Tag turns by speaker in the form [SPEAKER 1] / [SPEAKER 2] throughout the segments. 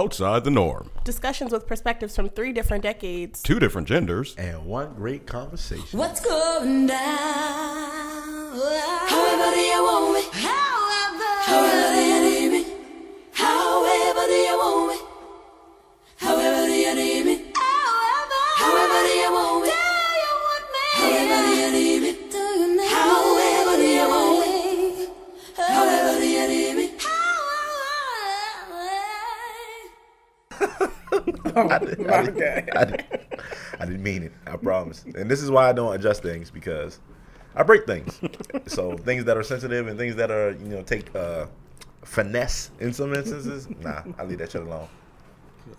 [SPEAKER 1] outside the norm,
[SPEAKER 2] Discussions with perspectives from three different decades.
[SPEAKER 1] two different genders,
[SPEAKER 3] And one great conversation.
[SPEAKER 4] What's going down? However do you want me? However. However do you need me? However do you want me? However do you need me? However. However do you want me? Do you want me? However do you need me? Do you need However do you want me? However do you need me? However.
[SPEAKER 3] I, didn't, I, didn't, I, didn't, I didn't mean it. I promise. And this is why I don't adjust things because I break things. so things that are sensitive and things that are you know take uh, finesse in some instances. Nah, I leave that shit alone.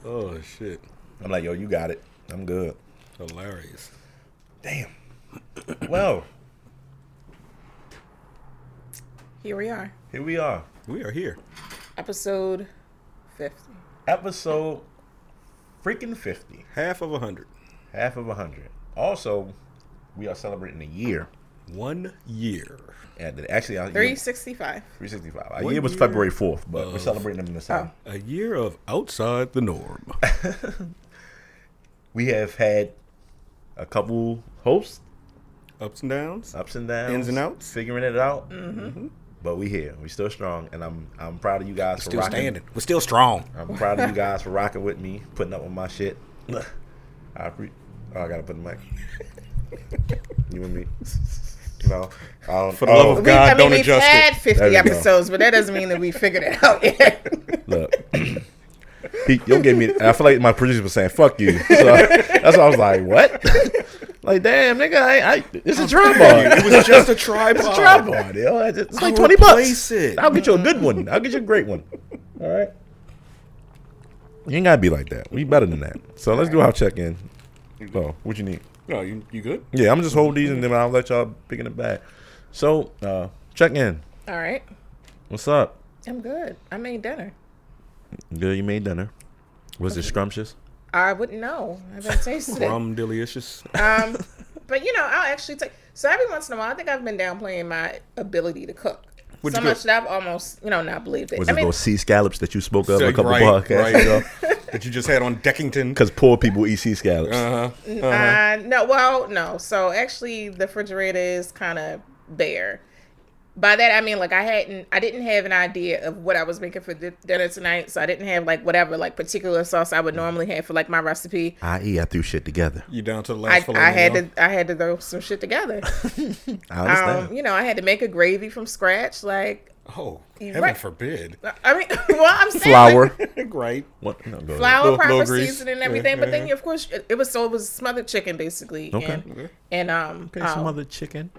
[SPEAKER 5] Oh shit!
[SPEAKER 3] I'm like, yo, you got it. I'm good.
[SPEAKER 5] Hilarious.
[SPEAKER 3] Damn. Well,
[SPEAKER 6] Here we are.
[SPEAKER 3] here we are.
[SPEAKER 5] We are here.
[SPEAKER 6] Episode 50.
[SPEAKER 3] Episode freaking fifty.
[SPEAKER 5] Half of a hundred.
[SPEAKER 3] Half of a hundred. Also, we are celebrating a year.
[SPEAKER 5] One year.
[SPEAKER 3] And actually, our year-
[SPEAKER 6] 365.
[SPEAKER 3] 365. Our
[SPEAKER 5] One
[SPEAKER 3] year was
[SPEAKER 5] year Oh.
[SPEAKER 3] February 4th, but we're
[SPEAKER 5] of-
[SPEAKER 3] celebrating them in the
[SPEAKER 6] Oh.
[SPEAKER 3] summer.
[SPEAKER 5] A year of outside the norm.
[SPEAKER 3] We have had a couple hosts,
[SPEAKER 5] Ups and downs.
[SPEAKER 3] ups and downs,
[SPEAKER 5] Ins and outs. Mm-hmm.
[SPEAKER 3] figuring it out.
[SPEAKER 6] Mm-hmm.
[SPEAKER 3] But we here. We still strong, and I'm I'm proud of you guys for
[SPEAKER 5] Still
[SPEAKER 3] rocking.
[SPEAKER 5] standing. We're still strong.
[SPEAKER 3] I'm proud of you guys for rocking with me, putting up with my shit. I pre- oh, I gotta put the mic. you and me. No, I don't, oh.
[SPEAKER 5] For the love of
[SPEAKER 6] We,
[SPEAKER 5] God,
[SPEAKER 6] I mean,
[SPEAKER 5] don't
[SPEAKER 6] we've
[SPEAKER 5] adjust
[SPEAKER 6] had
[SPEAKER 5] it.
[SPEAKER 6] 50
[SPEAKER 3] There we go.
[SPEAKER 6] episodes, but that doesn't mean that we figured it out yet.
[SPEAKER 3] Look, he, you gave me. I feel like my producer was saying "fuck you." So that's why I was like, "What?" like, damn, nigga, I, I, it's a
[SPEAKER 5] It
[SPEAKER 3] tripod.
[SPEAKER 5] was just a tripod.
[SPEAKER 3] It's a tripod. Yo. It's it's like twenty
[SPEAKER 5] Replace
[SPEAKER 3] bucks.
[SPEAKER 5] it.
[SPEAKER 3] I'll get you a good one. I'll get you a great one. All right. You ain't gotta be like that. We better than that. So let's do our check in. Oh, what you need?
[SPEAKER 5] No, you, you good?
[SPEAKER 3] Yeah, I'm just hold these and then I'll let y'all pick in the bag. So uh, check in.
[SPEAKER 6] All right.
[SPEAKER 3] What's up?
[SPEAKER 6] I'm good. I made dinner.
[SPEAKER 3] Good, you made dinner. Was it scrumptious?
[SPEAKER 6] I wouldn't know. I haven't tasted it.
[SPEAKER 5] Rum delicious.
[SPEAKER 6] Um, but you know, I'll actually take. So every once in a while, I think I've been downplaying my ability to cook.
[SPEAKER 5] What'd
[SPEAKER 6] so
[SPEAKER 5] you cook?
[SPEAKER 6] much that I've almost, you know, not believed it.
[SPEAKER 3] Was
[SPEAKER 6] I
[SPEAKER 3] it
[SPEAKER 6] mean,
[SPEAKER 3] those sea scallops that you spoke of
[SPEAKER 5] So,
[SPEAKER 3] a couple
[SPEAKER 5] right,
[SPEAKER 3] podcasts
[SPEAKER 5] right.
[SPEAKER 3] ago?
[SPEAKER 5] that you just had on Deckington.
[SPEAKER 3] Because poor people eat sea scallops.
[SPEAKER 5] Uh-huh.
[SPEAKER 6] Uh, no, well, no. So actually, the refrigerator is kind of bare. By that I mean like I hadn't, I didn't have an idea of what I was making for di- dinner tonight, so I didn't have like whatever like particular sauce I would normally have for like my recipe.
[SPEAKER 3] I.e., I threw shit together.
[SPEAKER 5] You down to the
[SPEAKER 6] I,
[SPEAKER 5] last filet
[SPEAKER 6] I had
[SPEAKER 5] mignon.
[SPEAKER 6] to, I had to throw some shit together.
[SPEAKER 3] I
[SPEAKER 6] Um,
[SPEAKER 3] understand.
[SPEAKER 6] you know, I had to make a gravy from scratch. Like,
[SPEAKER 5] Oh, heaven
[SPEAKER 6] Right. Uh,
[SPEAKER 5] forbid.
[SPEAKER 6] I mean, well, I'm saying like,
[SPEAKER 3] Flour.
[SPEAKER 5] right.
[SPEAKER 3] what? No, go ahead.
[SPEAKER 6] flour,
[SPEAKER 5] Little-
[SPEAKER 6] proper
[SPEAKER 5] little grease.
[SPEAKER 6] seasoning, and everything.
[SPEAKER 5] Yeah,
[SPEAKER 6] But then, of course, it, it was so it was smothered chicken basically,
[SPEAKER 3] Okay.
[SPEAKER 6] and and um,
[SPEAKER 3] Okay, some
[SPEAKER 6] um,
[SPEAKER 3] other chicken.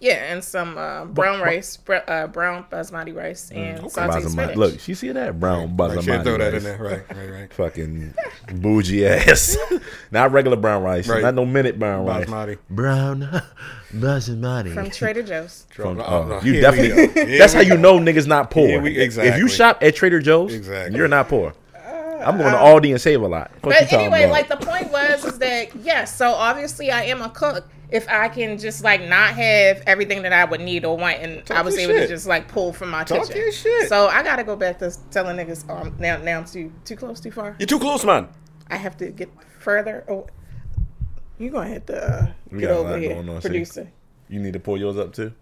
[SPEAKER 6] yeah, and some uh, brown
[SPEAKER 3] bu-
[SPEAKER 6] rice, br- uh, brown basmati
[SPEAKER 5] Mm,
[SPEAKER 6] rice, and sauteed
[SPEAKER 3] Basmati.
[SPEAKER 6] spinach.
[SPEAKER 3] Look, you see that
[SPEAKER 5] Right,
[SPEAKER 3] brown basmati
[SPEAKER 5] she had throw that in
[SPEAKER 3] rice.
[SPEAKER 5] there. Right, right, right.
[SPEAKER 3] Fucking bougie ass. not regular brown rice.
[SPEAKER 5] Right.
[SPEAKER 3] Not no minute brown rice.
[SPEAKER 5] Basmati.
[SPEAKER 3] Brown basmati.
[SPEAKER 6] from Trader Joe's.
[SPEAKER 3] From-
[SPEAKER 5] Oh,
[SPEAKER 3] oh,
[SPEAKER 5] no, here
[SPEAKER 3] you
[SPEAKER 5] we
[SPEAKER 3] definitely.
[SPEAKER 5] go. Here
[SPEAKER 3] That's how
[SPEAKER 5] we
[SPEAKER 3] you
[SPEAKER 5] go.
[SPEAKER 3] know niggas not poor.
[SPEAKER 5] Here we-
[SPEAKER 3] If
[SPEAKER 5] exactly.
[SPEAKER 3] you shop at Trader Joe's,
[SPEAKER 5] Exactly.
[SPEAKER 3] you're not poor. I'm going to Aldi and save a lot. Fuck you
[SPEAKER 6] Uh, But
[SPEAKER 3] talking
[SPEAKER 6] anyway,
[SPEAKER 3] about?
[SPEAKER 6] like the point was is that yes, so obviously I am a cook. If I can just like not have everything that I would need or want, and I
[SPEAKER 5] Talk
[SPEAKER 6] was
[SPEAKER 5] your
[SPEAKER 6] able
[SPEAKER 5] shit.
[SPEAKER 6] to just like pull from my
[SPEAKER 5] Talk
[SPEAKER 6] kitchen.
[SPEAKER 5] your shit.
[SPEAKER 6] So I gotta go back to telling niggas oh, I'm- now. Now I'm too too close, too far.
[SPEAKER 5] You're too close, man.
[SPEAKER 6] I have to get further. Oh, you gonna have to uh,
[SPEAKER 3] We
[SPEAKER 6] get
[SPEAKER 3] got a
[SPEAKER 6] over
[SPEAKER 3] lot
[SPEAKER 6] here,
[SPEAKER 3] going on, see.
[SPEAKER 6] producer.
[SPEAKER 3] You need to pull yours up too.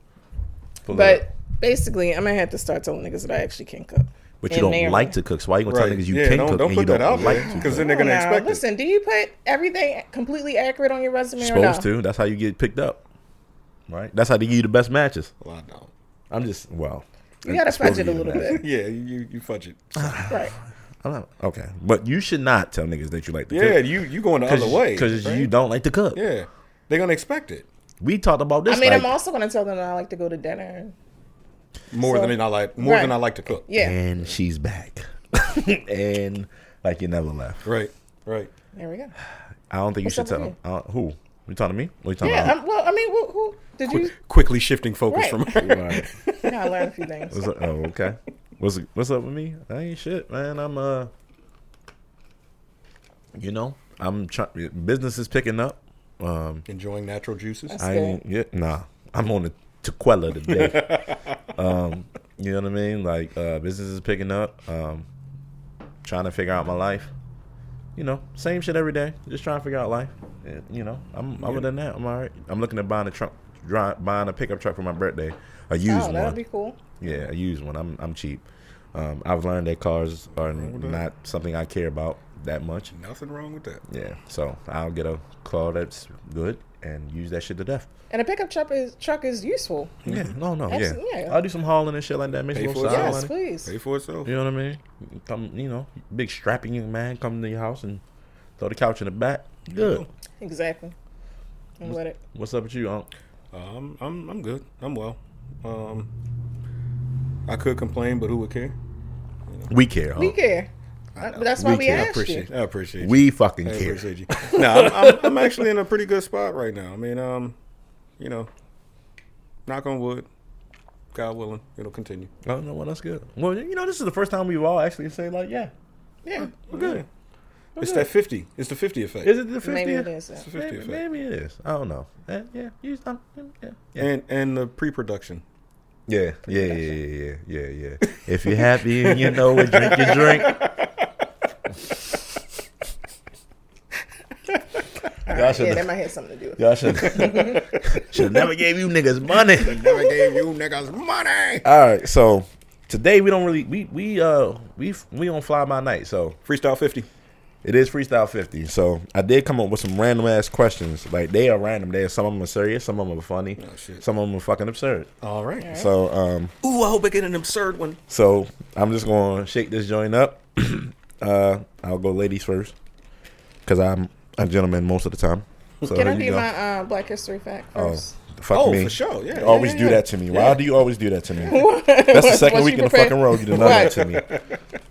[SPEAKER 3] Pull it up.
[SPEAKER 6] But basically, I'm gonna have to start telling niggas that I actually can cook.
[SPEAKER 3] but
[SPEAKER 6] and
[SPEAKER 3] you don't
[SPEAKER 6] marry.
[SPEAKER 3] like to cook, so why you gonna tell niggas you
[SPEAKER 5] yeah,
[SPEAKER 3] can
[SPEAKER 5] don't,
[SPEAKER 3] cook
[SPEAKER 5] don't
[SPEAKER 3] and
[SPEAKER 5] put
[SPEAKER 3] you don't
[SPEAKER 5] that out
[SPEAKER 3] like
[SPEAKER 5] there
[SPEAKER 3] to?
[SPEAKER 5] because
[SPEAKER 3] cook?
[SPEAKER 5] then they're gonna
[SPEAKER 6] Now,
[SPEAKER 5] expect
[SPEAKER 6] listen, do you put everything completely accurate on your resume or no?
[SPEAKER 3] supposed to. That's how you get picked up. Right. That's how they give you the best matches.
[SPEAKER 5] it. Well, I know.
[SPEAKER 3] I'm just well.
[SPEAKER 6] You gotta
[SPEAKER 3] supposed
[SPEAKER 6] fudge it
[SPEAKER 3] to
[SPEAKER 6] a
[SPEAKER 3] be the
[SPEAKER 6] little
[SPEAKER 3] best.
[SPEAKER 6] bit,
[SPEAKER 5] Yeah, you you fudge it.
[SPEAKER 6] right?
[SPEAKER 3] I'm not, okay, but you should not tell niggas that you like to cook.
[SPEAKER 5] Yeah, you you going the other way
[SPEAKER 3] because
[SPEAKER 5] right?
[SPEAKER 3] you don't like to cook.
[SPEAKER 5] Yeah, they're gonna expect it
[SPEAKER 3] We talked about this.
[SPEAKER 6] I mean,
[SPEAKER 3] like,
[SPEAKER 6] I'm also gonna tell them that I like to go to dinner.
[SPEAKER 5] more
[SPEAKER 6] So-
[SPEAKER 5] than I like more than
[SPEAKER 6] Right.
[SPEAKER 5] I like to cook.
[SPEAKER 6] Yeah,
[SPEAKER 3] and she's back, and like you never left.
[SPEAKER 5] Right, right.
[SPEAKER 6] there we go.
[SPEAKER 3] I don't think you
[SPEAKER 6] What's
[SPEAKER 3] should
[SPEAKER 6] up with
[SPEAKER 3] tell them. Uh, who? You talking to me? What you talking
[SPEAKER 6] Yeah,
[SPEAKER 3] about?
[SPEAKER 6] um, well, I mean, who, who did you?
[SPEAKER 5] Quickly shifting focus
[SPEAKER 6] Mm-hmm. Right.
[SPEAKER 5] from
[SPEAKER 3] Right.
[SPEAKER 6] you know, I learned a few things.
[SPEAKER 3] What's up? Oh, okay. What's what's up with me? I ain't shit, man. I'm uh, you know, I'm trying. Business is picking up. Um,
[SPEAKER 5] enjoying natural juices.
[SPEAKER 3] I ain't yeah, nah. I'm on the tequila today. um, you know what I mean? Like uh, business is picking up. Um, trying to figure out my life. You know, same shit every day. Just trying to figure out life. And, you know, I'm other than that, I'm all right. I'm looking at buying a truck, dri- buying a pickup truck for my birthday. A used
[SPEAKER 6] Oh,
[SPEAKER 3] one.
[SPEAKER 6] that would be cool.
[SPEAKER 3] Yeah, I use one. I'm I'm cheap. Um, I've learned that cars are not something I care about that much.
[SPEAKER 5] Nothing wrong with that.
[SPEAKER 3] Yeah, so I'll get a car that's good and use that shit to death.
[SPEAKER 6] And a pickup truck is truck is useful.
[SPEAKER 3] Yeah, no, no, yeah.
[SPEAKER 6] Absolutely, yeah.
[SPEAKER 3] I'll do some hauling and shit like that. Make some
[SPEAKER 5] Pay
[SPEAKER 3] little
[SPEAKER 5] for it.
[SPEAKER 3] side
[SPEAKER 5] Yes,
[SPEAKER 6] Yes,
[SPEAKER 3] money.
[SPEAKER 6] please.
[SPEAKER 5] Pay for itself.
[SPEAKER 3] You know what I mean? Come, you know, big strapping young man come to your house and throw the couch in the back. Good.
[SPEAKER 6] Exactly. And let it.
[SPEAKER 3] What's up with you, Unc?
[SPEAKER 5] Um, I'm I'm good. I'm well. Um, I could complain, but who would care?
[SPEAKER 3] We care.
[SPEAKER 6] We
[SPEAKER 3] Unc.
[SPEAKER 6] care. Uh, but that's why
[SPEAKER 3] We
[SPEAKER 6] we,
[SPEAKER 3] care.
[SPEAKER 5] I
[SPEAKER 6] asked
[SPEAKER 5] appreciate.
[SPEAKER 6] you.
[SPEAKER 5] I appreciate. you.
[SPEAKER 3] We fucking
[SPEAKER 5] I
[SPEAKER 3] care.
[SPEAKER 5] appreciate you. no, I'm, I'm, I'm actually in a pretty good spot right now. I mean, um, you know, knock on wood. God willing, it'll continue.
[SPEAKER 3] Oh no, well that's good. Well, you know, this is the first time we've all actually say like, yeah,
[SPEAKER 6] Yeah,
[SPEAKER 3] we're good.
[SPEAKER 5] It's that fifty. It's the fifty effect.
[SPEAKER 3] Is it the 50th?
[SPEAKER 6] maybe it is. uh,
[SPEAKER 5] It's the fifty
[SPEAKER 3] Maybe,
[SPEAKER 5] effect.
[SPEAKER 3] maybe it is. I don't know. Eh, yeah, you- I'm- yeah, yeah.
[SPEAKER 5] And and the pre-production.
[SPEAKER 3] Yeah, yeah, yeah, yeah, yeah, yeah, yeah. If you're happy and you know it, drink your drink. Y'all
[SPEAKER 6] Yeah,
[SPEAKER 3] should
[SPEAKER 6] that might have something to do with it.
[SPEAKER 3] y'all should should never gave you niggas money.
[SPEAKER 5] Never gave you niggas money.
[SPEAKER 3] All right, so today we don't really we we uh we we don't fly by night, so
[SPEAKER 5] Freestyle fifty.
[SPEAKER 3] It is freestyle fifty. So I did come up with some random ass questions. Like they are random. They some of them are serious, some of them are funny,
[SPEAKER 5] Oh, shit.
[SPEAKER 3] some of them are fucking absurd.
[SPEAKER 5] All right.
[SPEAKER 3] So um,
[SPEAKER 5] Ooh, I hope I get an absurd one.
[SPEAKER 3] so I'm just gonna shake this joint up. uh, I'll go ladies first, cause I'm a gentleman most of the time. So
[SPEAKER 6] Can
[SPEAKER 3] here
[SPEAKER 6] I
[SPEAKER 3] you
[SPEAKER 6] do
[SPEAKER 3] go.
[SPEAKER 6] my uh, Black History fact
[SPEAKER 3] Oh,
[SPEAKER 6] first?
[SPEAKER 3] fuck
[SPEAKER 5] Oh,
[SPEAKER 3] me.
[SPEAKER 5] for sure. Yeah.
[SPEAKER 3] You always
[SPEAKER 5] yeah,
[SPEAKER 3] do
[SPEAKER 5] yeah.
[SPEAKER 3] that to me. Why
[SPEAKER 5] Yeah.
[SPEAKER 3] do you always do that to me? That's the second
[SPEAKER 6] What
[SPEAKER 3] week
[SPEAKER 6] you
[SPEAKER 3] in a
[SPEAKER 6] prepared?
[SPEAKER 3] fucking row you done done that to
[SPEAKER 6] Right.
[SPEAKER 3] me.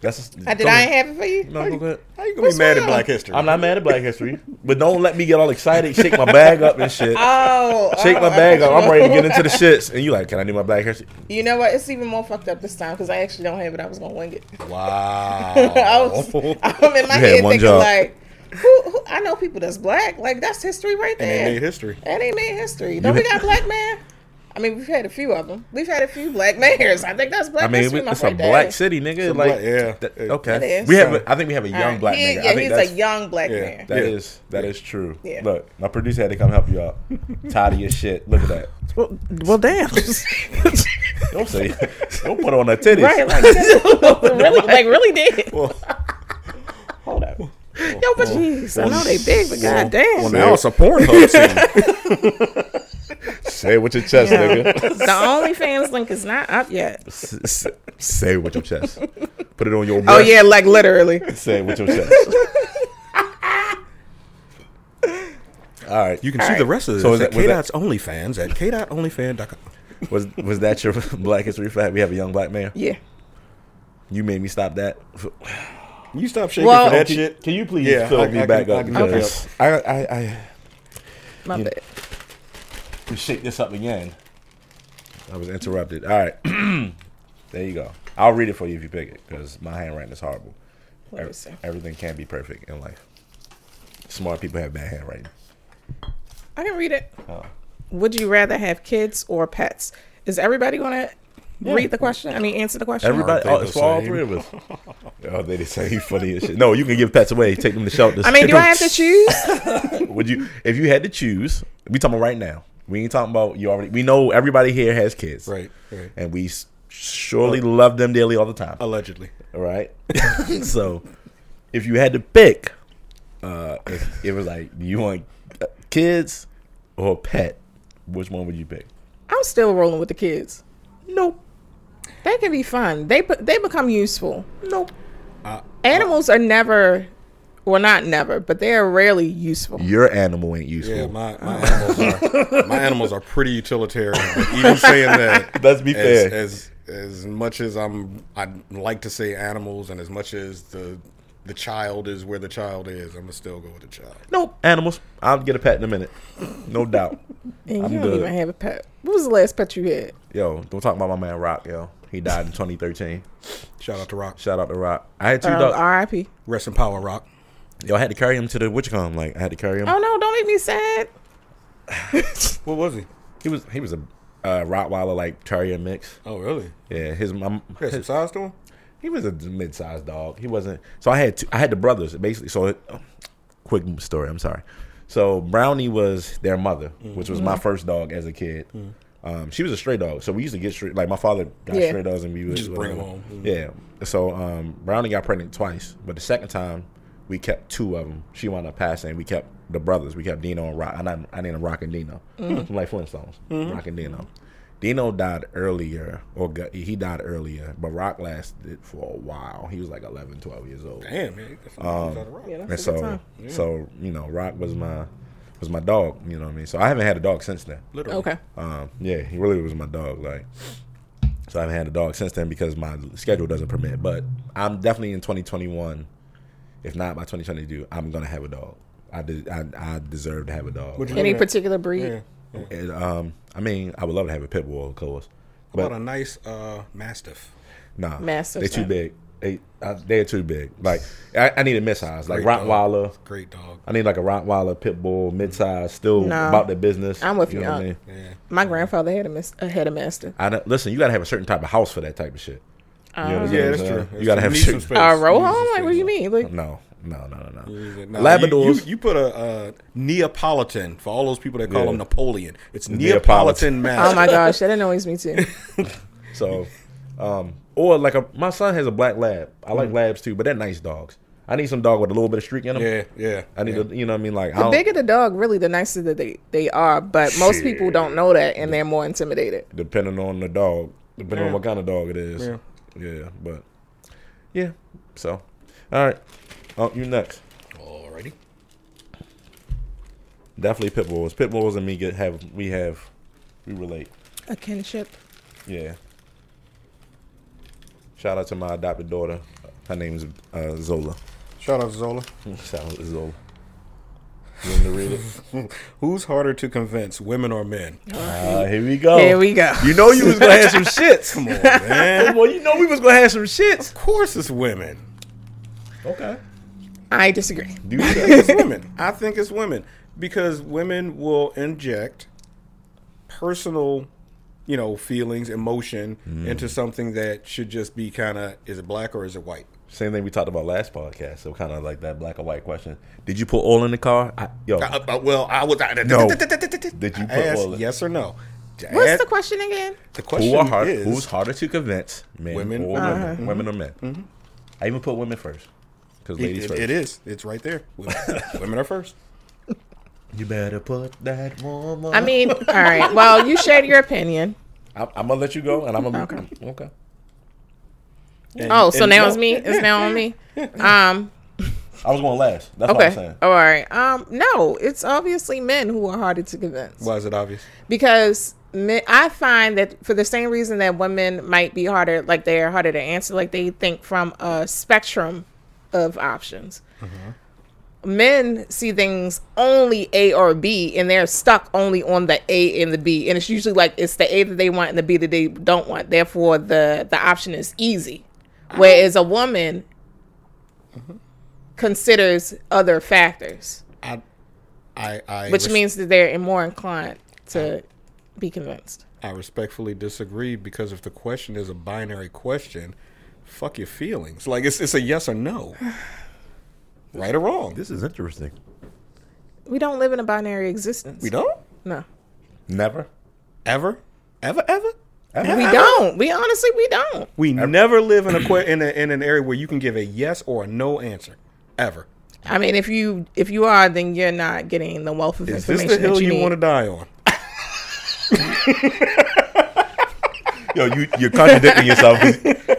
[SPEAKER 3] That's
[SPEAKER 6] I did. I ain't have it for you.
[SPEAKER 3] No, go ahead.
[SPEAKER 5] How you gonna be mad at
[SPEAKER 6] wrong?
[SPEAKER 5] Black History?
[SPEAKER 3] I'm not mad at Black History, but don't let me get all excited, shake my bag up and shit.
[SPEAKER 6] Oh,
[SPEAKER 3] Shake
[SPEAKER 6] oh,
[SPEAKER 3] my
[SPEAKER 6] I
[SPEAKER 3] bag up.
[SPEAKER 6] thought you
[SPEAKER 3] I'm
[SPEAKER 6] were-
[SPEAKER 3] ready to get into the shits. And you like, can I do my black hair?
[SPEAKER 6] You know what? It's even more fucked up this time because I actually don't have it. I was gonna wing it.
[SPEAKER 5] Wow.
[SPEAKER 6] I was, I'm in
[SPEAKER 3] Oh. You had
[SPEAKER 6] my head
[SPEAKER 3] one
[SPEAKER 6] thinking
[SPEAKER 3] job.
[SPEAKER 6] like, who, who? I know people that's black. Like that's history right
[SPEAKER 5] and they
[SPEAKER 6] there.
[SPEAKER 5] made history.
[SPEAKER 6] That ain't made history. Don't we got black man? I mean, we've had a few of them. We've had a few black mayors. I think that's black
[SPEAKER 3] I mean, we,
[SPEAKER 6] history. my
[SPEAKER 3] it's a
[SPEAKER 6] friend, Dad.
[SPEAKER 3] black city, nigga.
[SPEAKER 5] a
[SPEAKER 3] like,
[SPEAKER 5] black- yeah.
[SPEAKER 3] that-
[SPEAKER 5] It-
[SPEAKER 3] okay.
[SPEAKER 6] It is.
[SPEAKER 3] We have. A, I think we have a young
[SPEAKER 6] All right.
[SPEAKER 3] black
[SPEAKER 6] He-
[SPEAKER 3] nigga.
[SPEAKER 6] Yeah,
[SPEAKER 3] I think
[SPEAKER 6] he's
[SPEAKER 3] that's,
[SPEAKER 6] a young black
[SPEAKER 5] yeah,
[SPEAKER 6] man.
[SPEAKER 3] that
[SPEAKER 5] Yeah.
[SPEAKER 3] is- that is true.
[SPEAKER 6] Yeah.
[SPEAKER 3] Look, my producer had to come help you out. Tired of your shit. Look at that.
[SPEAKER 7] Well, well damn.
[SPEAKER 3] Don't say. Don't put on her titties.
[SPEAKER 6] Right, like really, like really did.
[SPEAKER 3] Well,
[SPEAKER 6] Hold up. Yo, but jeez, I know they big, but
[SPEAKER 5] Well,
[SPEAKER 6] goddamn,
[SPEAKER 5] now it's a Pornhub scene.
[SPEAKER 3] say it with your chest, nigga.
[SPEAKER 6] the OnlyFans link is not up yet.
[SPEAKER 3] S- s- say it with your chest. Put it on your.
[SPEAKER 6] Oh
[SPEAKER 3] breast.
[SPEAKER 6] yeah, like literally.
[SPEAKER 3] Say it with your chest. All right.
[SPEAKER 5] You can see the rest of this
[SPEAKER 3] So is
[SPEAKER 5] at
[SPEAKER 3] that- was that-
[SPEAKER 5] K-Dot's OnlyFans at K.OnlyFan.com.
[SPEAKER 3] Was was that your Black History fact? We have a young black man.
[SPEAKER 6] Yeah.
[SPEAKER 3] You made me stop that.
[SPEAKER 5] You stop shaking
[SPEAKER 6] Well-
[SPEAKER 5] for that
[SPEAKER 3] Can-
[SPEAKER 5] shit.
[SPEAKER 3] Can you please
[SPEAKER 5] Yeah,
[SPEAKER 3] fill
[SPEAKER 5] I-
[SPEAKER 3] me
[SPEAKER 5] I
[SPEAKER 3] back
[SPEAKER 5] can- I
[SPEAKER 3] up?
[SPEAKER 5] can help you
[SPEAKER 3] Because I, I, I,
[SPEAKER 6] My bad.
[SPEAKER 3] to shake this up again. I was interrupted. All right. there you go. I'll read it for you if you pick it because my handwriting is horrible.
[SPEAKER 6] Let me
[SPEAKER 3] Ev-
[SPEAKER 6] see.
[SPEAKER 3] everything can be perfect in life. Smart people have bad handwriting.
[SPEAKER 6] I can read it. Would you rather have kids or pets? Is everybody going to read the question? I mean, answer the question.
[SPEAKER 3] Everybody,
[SPEAKER 5] they
[SPEAKER 3] oh,
[SPEAKER 5] the
[SPEAKER 3] it's for all
[SPEAKER 5] same?
[SPEAKER 3] three of us. oh, they the same funny as shit. No, you can give pets away. Take them to shelters.
[SPEAKER 6] I mean, do I have to
[SPEAKER 3] choose?
[SPEAKER 6] choose?
[SPEAKER 3] Would you, if you had to choose, we talking about right now. We ain't talking about you already. We know everybody here has kids,
[SPEAKER 5] Right, right.
[SPEAKER 3] And we s- surely love them dearly all the time.
[SPEAKER 5] Allegedly.
[SPEAKER 3] All right. so, if you had to pick, uh, if it was like you want uh, kids or a pet, which one would you pick?
[SPEAKER 6] I'm still rolling with the kids.
[SPEAKER 3] Nope.
[SPEAKER 6] They can be fun. They be- they become useful.
[SPEAKER 3] Nope.
[SPEAKER 6] Animals are never, well, not never, but they are rarely useful.
[SPEAKER 3] Your animal ain't useful.
[SPEAKER 5] Yeah, my, my animals are my animals are pretty utilitarian. But even saying that,
[SPEAKER 3] Let's be
[SPEAKER 5] as,
[SPEAKER 3] fair.
[SPEAKER 5] as as much as I'm, I like to say animals, and as much as the the child is where the child is, I'm gonna still go with the child.
[SPEAKER 3] Nope. Animals. I'll get a pet in a minute. No doubt.
[SPEAKER 6] And
[SPEAKER 3] I'm
[SPEAKER 6] you don't
[SPEAKER 3] good.
[SPEAKER 6] even have a pet. What was the last pet you had?
[SPEAKER 3] Yo, don't talk about my man Rock. Yo, he died in 2013.
[SPEAKER 5] Shout out to Rock.
[SPEAKER 3] Shout out to Rock. I had two
[SPEAKER 6] Um,
[SPEAKER 3] dogs.
[SPEAKER 6] R.I.P.
[SPEAKER 5] Rest in power, Rock.
[SPEAKER 3] Yo, I had to carry him to the witch con. Like I had to carry him.
[SPEAKER 6] Oh no! Don't make me sad.
[SPEAKER 5] What was he?
[SPEAKER 3] He was he was a uh, Rottweiler like terrier mix.
[SPEAKER 5] Oh, really?
[SPEAKER 3] Yeah, his mom.
[SPEAKER 5] He had some size to him.
[SPEAKER 3] He was a mid-sized dog. He wasn't. So I had two, I had the brothers basically. So, it, quick story. I'm sorry. So Brownie was their mother, which was my first dog as a kid. Um, she was a stray dog, so we used to get stray. Like my father got
[SPEAKER 6] Yeah.
[SPEAKER 3] stray dogs, and we would
[SPEAKER 5] Just bring 'em
[SPEAKER 3] whatever.
[SPEAKER 5] home.
[SPEAKER 3] Yeah. So um, Brownie got pregnant twice, but the second time we kept two of them. She wound up passing. We kept the brothers. We kept Dino and Rock. I named, I named him Rock and Dino,
[SPEAKER 6] Mm-hmm.
[SPEAKER 3] From like Flintstones. Rock and Dino. Dino died earlier, or got, he died earlier, but Rock lasted for a while. He was like 11, 12 years old.
[SPEAKER 5] Damn, man. That's um,
[SPEAKER 6] Yeah,
[SPEAKER 3] And
[SPEAKER 6] that's a good
[SPEAKER 3] so,
[SPEAKER 6] time.
[SPEAKER 3] so you know, Rock was my was my dog. You know what I mean. So I haven't had a dog since then.
[SPEAKER 5] Literally.
[SPEAKER 6] Okay.
[SPEAKER 3] Um, yeah, he really was my dog. Like, so I haven't had a dog since then because my schedule doesn't permit. But I'm definitely in 2021. If not by 2022, I'm gonna have a dog. I did. I, I deserve to have a dog.
[SPEAKER 5] Would you-
[SPEAKER 6] Any
[SPEAKER 5] Yeah.
[SPEAKER 6] particular breed?
[SPEAKER 5] Yeah. How
[SPEAKER 3] And, um, I mean, I would love to have a pit bull, of course.
[SPEAKER 5] about a
[SPEAKER 3] But
[SPEAKER 5] nice uh, mastiff?
[SPEAKER 3] nah,
[SPEAKER 6] Mastiff
[SPEAKER 3] they're too
[SPEAKER 6] type?
[SPEAKER 3] big. They I, they're too big. Like I, I need a mid-size, like
[SPEAKER 5] Great dog.
[SPEAKER 3] Rottweiler.
[SPEAKER 5] Great dog.
[SPEAKER 3] I need like a Rottweiler, pit bull, mid-size, still
[SPEAKER 6] No.
[SPEAKER 3] about the business.
[SPEAKER 6] I'm with you.
[SPEAKER 3] know what
[SPEAKER 6] Uh,
[SPEAKER 3] I mean?
[SPEAKER 5] Yeah.
[SPEAKER 6] My grandfather had a, mis- uh, had a master.
[SPEAKER 3] I don't, listen, you gotta have a certain type of house for that type of shit. You know what I'm
[SPEAKER 5] Oh, Yeah, that's
[SPEAKER 3] saying?
[SPEAKER 5] true.
[SPEAKER 3] You gotta have certain.
[SPEAKER 6] A row home? Uh, Like, what do you mean? Like,
[SPEAKER 3] No, no, no, no, no.
[SPEAKER 5] Labradors. You,
[SPEAKER 3] Labradors.
[SPEAKER 5] you, you put a uh, Neapolitan for all those people that call
[SPEAKER 3] Yeah.
[SPEAKER 5] him Napoleon. It's Neapolitan
[SPEAKER 3] Neapolitan.
[SPEAKER 5] mastiff.
[SPEAKER 6] oh my gosh, that annoys me too.
[SPEAKER 3] so, um, or like a my son has a black lab. I
[SPEAKER 5] Mm.
[SPEAKER 3] like labs too, but they're nice dogs. I need some dog with a little bit of streak in
[SPEAKER 6] Oh,
[SPEAKER 3] them.
[SPEAKER 5] Yeah, yeah.
[SPEAKER 3] I need,
[SPEAKER 5] yeah.
[SPEAKER 3] to, you know, what I mean, like I
[SPEAKER 6] The
[SPEAKER 3] don't,
[SPEAKER 6] bigger the dog, really, the nicer that they, they are. But most people don't know that, and they're more intimidated.
[SPEAKER 3] depending on the dog, depending on
[SPEAKER 5] Yeah.
[SPEAKER 3] what kind of dog it is.
[SPEAKER 5] Yeah.
[SPEAKER 3] Yeah, but yeah. So, all right, oh, you next.
[SPEAKER 5] Alrighty.
[SPEAKER 3] Definitely pit bulls. Pit bulls and me get have we have we relate.
[SPEAKER 6] A kinship.
[SPEAKER 3] Yeah. Shout out to my adopted daughter. Her name's uh, Zola.
[SPEAKER 5] Shout out to Zola.
[SPEAKER 3] Shout out to Zola. You want me to read it?
[SPEAKER 5] Who's harder to convince, women or men?
[SPEAKER 3] Uh, here we go.
[SPEAKER 6] Here we go.
[SPEAKER 3] You know you was gonna have some shits. Come on.
[SPEAKER 5] Man,
[SPEAKER 3] Well, you know we was gonna have some shits.
[SPEAKER 5] of course it's women.
[SPEAKER 3] Okay.
[SPEAKER 6] I disagree.
[SPEAKER 3] Do
[SPEAKER 5] It's
[SPEAKER 3] that.
[SPEAKER 5] women. I think it's women because women will inject personal, you know, feelings, emotion into something that should just be kind of is it black or is it white?
[SPEAKER 3] Same thing we talked about last podcast. So kind of like that black and white question. Did you put oil in the car? I, yo,
[SPEAKER 5] Uh, uh, well, I was I,
[SPEAKER 3] No.
[SPEAKER 5] Did
[SPEAKER 3] Did you put oil in-
[SPEAKER 5] yes or no?
[SPEAKER 6] What's
[SPEAKER 5] Ask-
[SPEAKER 6] the question again?
[SPEAKER 5] the
[SPEAKER 3] who
[SPEAKER 5] question?
[SPEAKER 3] are hard,
[SPEAKER 5] is,
[SPEAKER 3] who's harder to convince, men
[SPEAKER 5] Women.
[SPEAKER 3] or
[SPEAKER 5] Uh-huh.
[SPEAKER 3] women, women or men? I even put women first because
[SPEAKER 5] It-
[SPEAKER 3] ladies
[SPEAKER 5] it-
[SPEAKER 3] first.
[SPEAKER 5] it is. It's right there. Women, women are first.
[SPEAKER 3] You better put that woman.
[SPEAKER 6] I mean, all right. Well, you shared your opinion.
[SPEAKER 3] I'm, I'm gonna let you go, and I'm gonna okay. okay.
[SPEAKER 5] And-
[SPEAKER 6] Oh, so
[SPEAKER 5] and
[SPEAKER 6] now
[SPEAKER 5] no-
[SPEAKER 6] it's me. It's now on me. Um.
[SPEAKER 3] I was going last. That's what I'm
[SPEAKER 6] Okay.
[SPEAKER 3] saying.
[SPEAKER 6] All right. Um. No, it's obviously men who are harder to convince.
[SPEAKER 5] Why is it obvious?
[SPEAKER 6] because men, I find that for the same reason that women might be harder, like they are harder to answer, like they think from a spectrum of options. Men see things only A or B, and they're stuck only on the A and the B, and it's usually like it's the A that they want and the B that they don't want. Therefore, the the option is easy. Whereas a woman considers other factors,
[SPEAKER 5] I, I, I
[SPEAKER 6] which
[SPEAKER 5] res-
[SPEAKER 6] means that they're more inclined to be convinced.
[SPEAKER 5] I respectfully disagree because if the question is a binary question, fuck your feelings. Like it's it's a yes or no, right or wrong.
[SPEAKER 3] This is interesting.
[SPEAKER 6] We don't live in a binary existence.
[SPEAKER 5] we don't
[SPEAKER 6] No.
[SPEAKER 3] Never.
[SPEAKER 5] ever, ever, ever.
[SPEAKER 6] We don't. We honestly, we don't.
[SPEAKER 5] We never live in a, que- in a in an area where you can give a yes or a no answer, ever.
[SPEAKER 6] I mean, if you if you are, then you're not getting the wealth of
[SPEAKER 5] Is this
[SPEAKER 6] information
[SPEAKER 5] the hill
[SPEAKER 6] that you,
[SPEAKER 5] you,
[SPEAKER 6] need.
[SPEAKER 5] want to die on?
[SPEAKER 3] Yo, you you're contradicting yourself.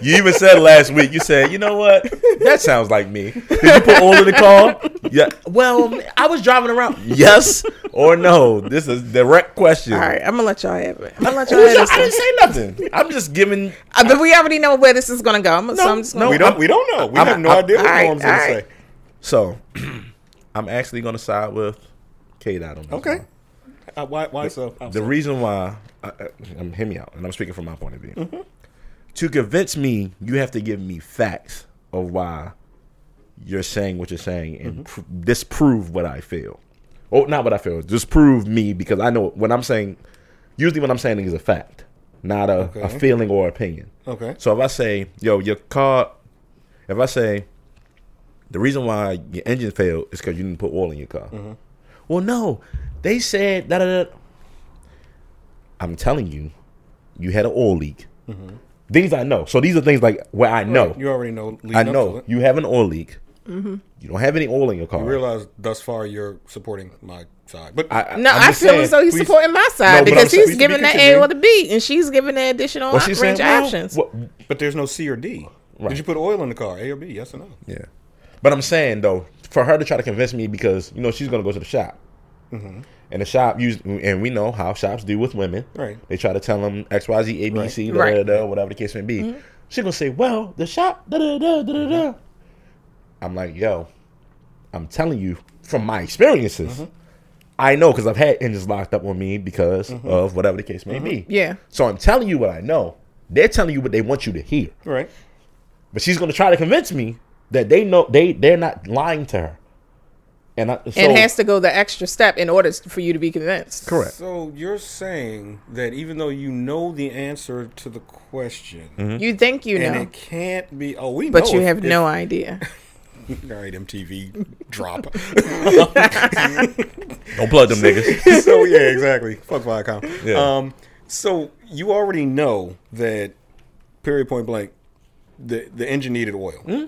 [SPEAKER 3] You even said last week. You said, you know what? That sounds like me. Did you put oil in the car? Yeah. Well, I was driving around. Yes or no? This is direct question.
[SPEAKER 6] All right, I'm gonna let y'all have it. I'm gonna let y'all
[SPEAKER 3] Who's your-
[SPEAKER 6] have
[SPEAKER 3] I didn't
[SPEAKER 6] this.
[SPEAKER 3] say nothing. I'm just giving.
[SPEAKER 6] Uh, but we already know where this is gonna go. I'm, no, so I'm just gonna,
[SPEAKER 3] no,
[SPEAKER 5] We don't.
[SPEAKER 3] I'm-
[SPEAKER 5] we don't know. We
[SPEAKER 3] I'm-
[SPEAKER 5] have no
[SPEAKER 3] I'm-
[SPEAKER 5] idea what
[SPEAKER 6] alright,
[SPEAKER 5] Norm's gonna
[SPEAKER 6] alright.
[SPEAKER 5] say.
[SPEAKER 3] So, I'm actually gonna side with K Dot on this
[SPEAKER 5] Okay.
[SPEAKER 3] one.
[SPEAKER 5] Uh, why? Why so? I'm
[SPEAKER 3] The reason why, I, I, I'm hear me out, and I'm speaking from my point of view.
[SPEAKER 5] Mm-hmm.
[SPEAKER 3] To convince me, you have to give me facts of why you're saying what you're saying
[SPEAKER 5] Mm-hmm.
[SPEAKER 3] and pr- disprove what I feel. Oh, not what I feel. Disprove me because I know when I'm saying. Usually, what I'm saying is a fact. not a, a
[SPEAKER 5] Okay.
[SPEAKER 3] feeling or opinion.
[SPEAKER 5] Okay.
[SPEAKER 3] So if I say, yo, your car, if I say, the reason why your engine failed is because you didn't put oil in your car.
[SPEAKER 5] Mm-hmm.
[SPEAKER 3] Well, no, they said da da da. I'm telling you, you had an oil leak.
[SPEAKER 5] Mm-hmm.
[SPEAKER 3] Things I know. So these are things like where I know.
[SPEAKER 5] You already know. leading
[SPEAKER 3] I
[SPEAKER 5] up to
[SPEAKER 3] know
[SPEAKER 5] it. You
[SPEAKER 3] you have an oil leak.
[SPEAKER 6] Mm-hmm.
[SPEAKER 3] You don't have any oil in your car.
[SPEAKER 5] realize thus far you're supporting my side, but
[SPEAKER 3] I, I,
[SPEAKER 6] No,
[SPEAKER 3] I'm
[SPEAKER 6] i
[SPEAKER 3] just
[SPEAKER 6] feel
[SPEAKER 3] saying,
[SPEAKER 6] as though he's
[SPEAKER 3] please-
[SPEAKER 6] supporting my
[SPEAKER 3] No,
[SPEAKER 6] side
[SPEAKER 3] but I'm
[SPEAKER 6] because
[SPEAKER 3] saying-
[SPEAKER 6] he's
[SPEAKER 3] please
[SPEAKER 6] giving
[SPEAKER 3] be
[SPEAKER 6] the A
[SPEAKER 3] continuing.
[SPEAKER 6] or the B, and she's giving the additional
[SPEAKER 3] What she saying?
[SPEAKER 6] range
[SPEAKER 3] Well,
[SPEAKER 6] options.
[SPEAKER 3] what-
[SPEAKER 5] but there's no C or D.
[SPEAKER 3] Right.
[SPEAKER 5] Did you put oil in the car? A or B? Yes or no?
[SPEAKER 3] Yeah. But I'm saying though, for her to try to convince me because you know she's gonna go to the shop, and the shop used, and we know how shops do with women.
[SPEAKER 5] Right.
[SPEAKER 3] They try to tell them X Y Z A B C
[SPEAKER 6] Right. Mm-hmm.
[SPEAKER 3] da, da, da, whatever the case may be. She's gonna say, "Well, the shop da da da da da da." I'm like, yo, I'm telling you from my experiences. I know because I've had engines locked up on me because of whatever the case may be.
[SPEAKER 6] Mm-hmm. Yeah.
[SPEAKER 3] So I'm telling you what I know. They're telling you what they want you to hear.
[SPEAKER 5] Right.
[SPEAKER 3] But she's gonna try to convince me that they know they they're not lying to her, and I, so
[SPEAKER 6] and has to go the extra step in order s- for you to be convinced.
[SPEAKER 3] correct.
[SPEAKER 5] So you're saying that even though you know the answer to the question,
[SPEAKER 3] Mm-hmm.
[SPEAKER 6] You think you
[SPEAKER 5] and
[SPEAKER 6] know,
[SPEAKER 5] it can't be. Oh, we
[SPEAKER 6] but
[SPEAKER 5] know
[SPEAKER 6] you
[SPEAKER 5] if-
[SPEAKER 6] have
[SPEAKER 5] if-
[SPEAKER 6] no idea.
[SPEAKER 5] All right, MTV drop.
[SPEAKER 3] Don't plug them niggas.
[SPEAKER 5] so yeah, exactly. Fuck Viacom.
[SPEAKER 3] Yeah.
[SPEAKER 5] Um, so you already know that period point blank, the the engine needed oil.
[SPEAKER 3] Hmm?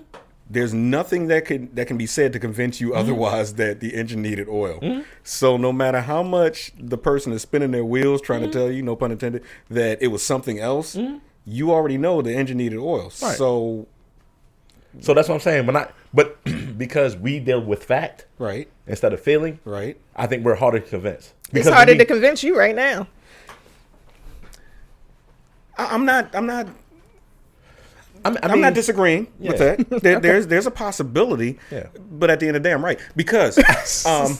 [SPEAKER 5] There's nothing that could that can be said to convince you otherwise that the engine needed oil.
[SPEAKER 3] Hmm?
[SPEAKER 5] So no matter how much the person is spinning their wheels trying
[SPEAKER 3] Hmm?
[SPEAKER 5] to tell you, no pun intended, that it was something else, you already know the engine needed oil.
[SPEAKER 3] Right.
[SPEAKER 5] So
[SPEAKER 3] So that's what I'm saying. When I but because we deal with fact
[SPEAKER 5] right,
[SPEAKER 3] instead of feeling,
[SPEAKER 5] right.
[SPEAKER 3] I think we're harder to convince.
[SPEAKER 6] It's
[SPEAKER 3] Because
[SPEAKER 6] harder
[SPEAKER 3] we-
[SPEAKER 6] to convince you right now.
[SPEAKER 5] I, I'm not. I'm not.
[SPEAKER 3] I'm, I
[SPEAKER 5] I'm not
[SPEAKER 3] mean,
[SPEAKER 5] disagreeing with
[SPEAKER 3] Yeah.
[SPEAKER 5] that. There, There's there's a possibility,
[SPEAKER 3] Yeah.
[SPEAKER 5] but at the end of the day, I'm right because, um,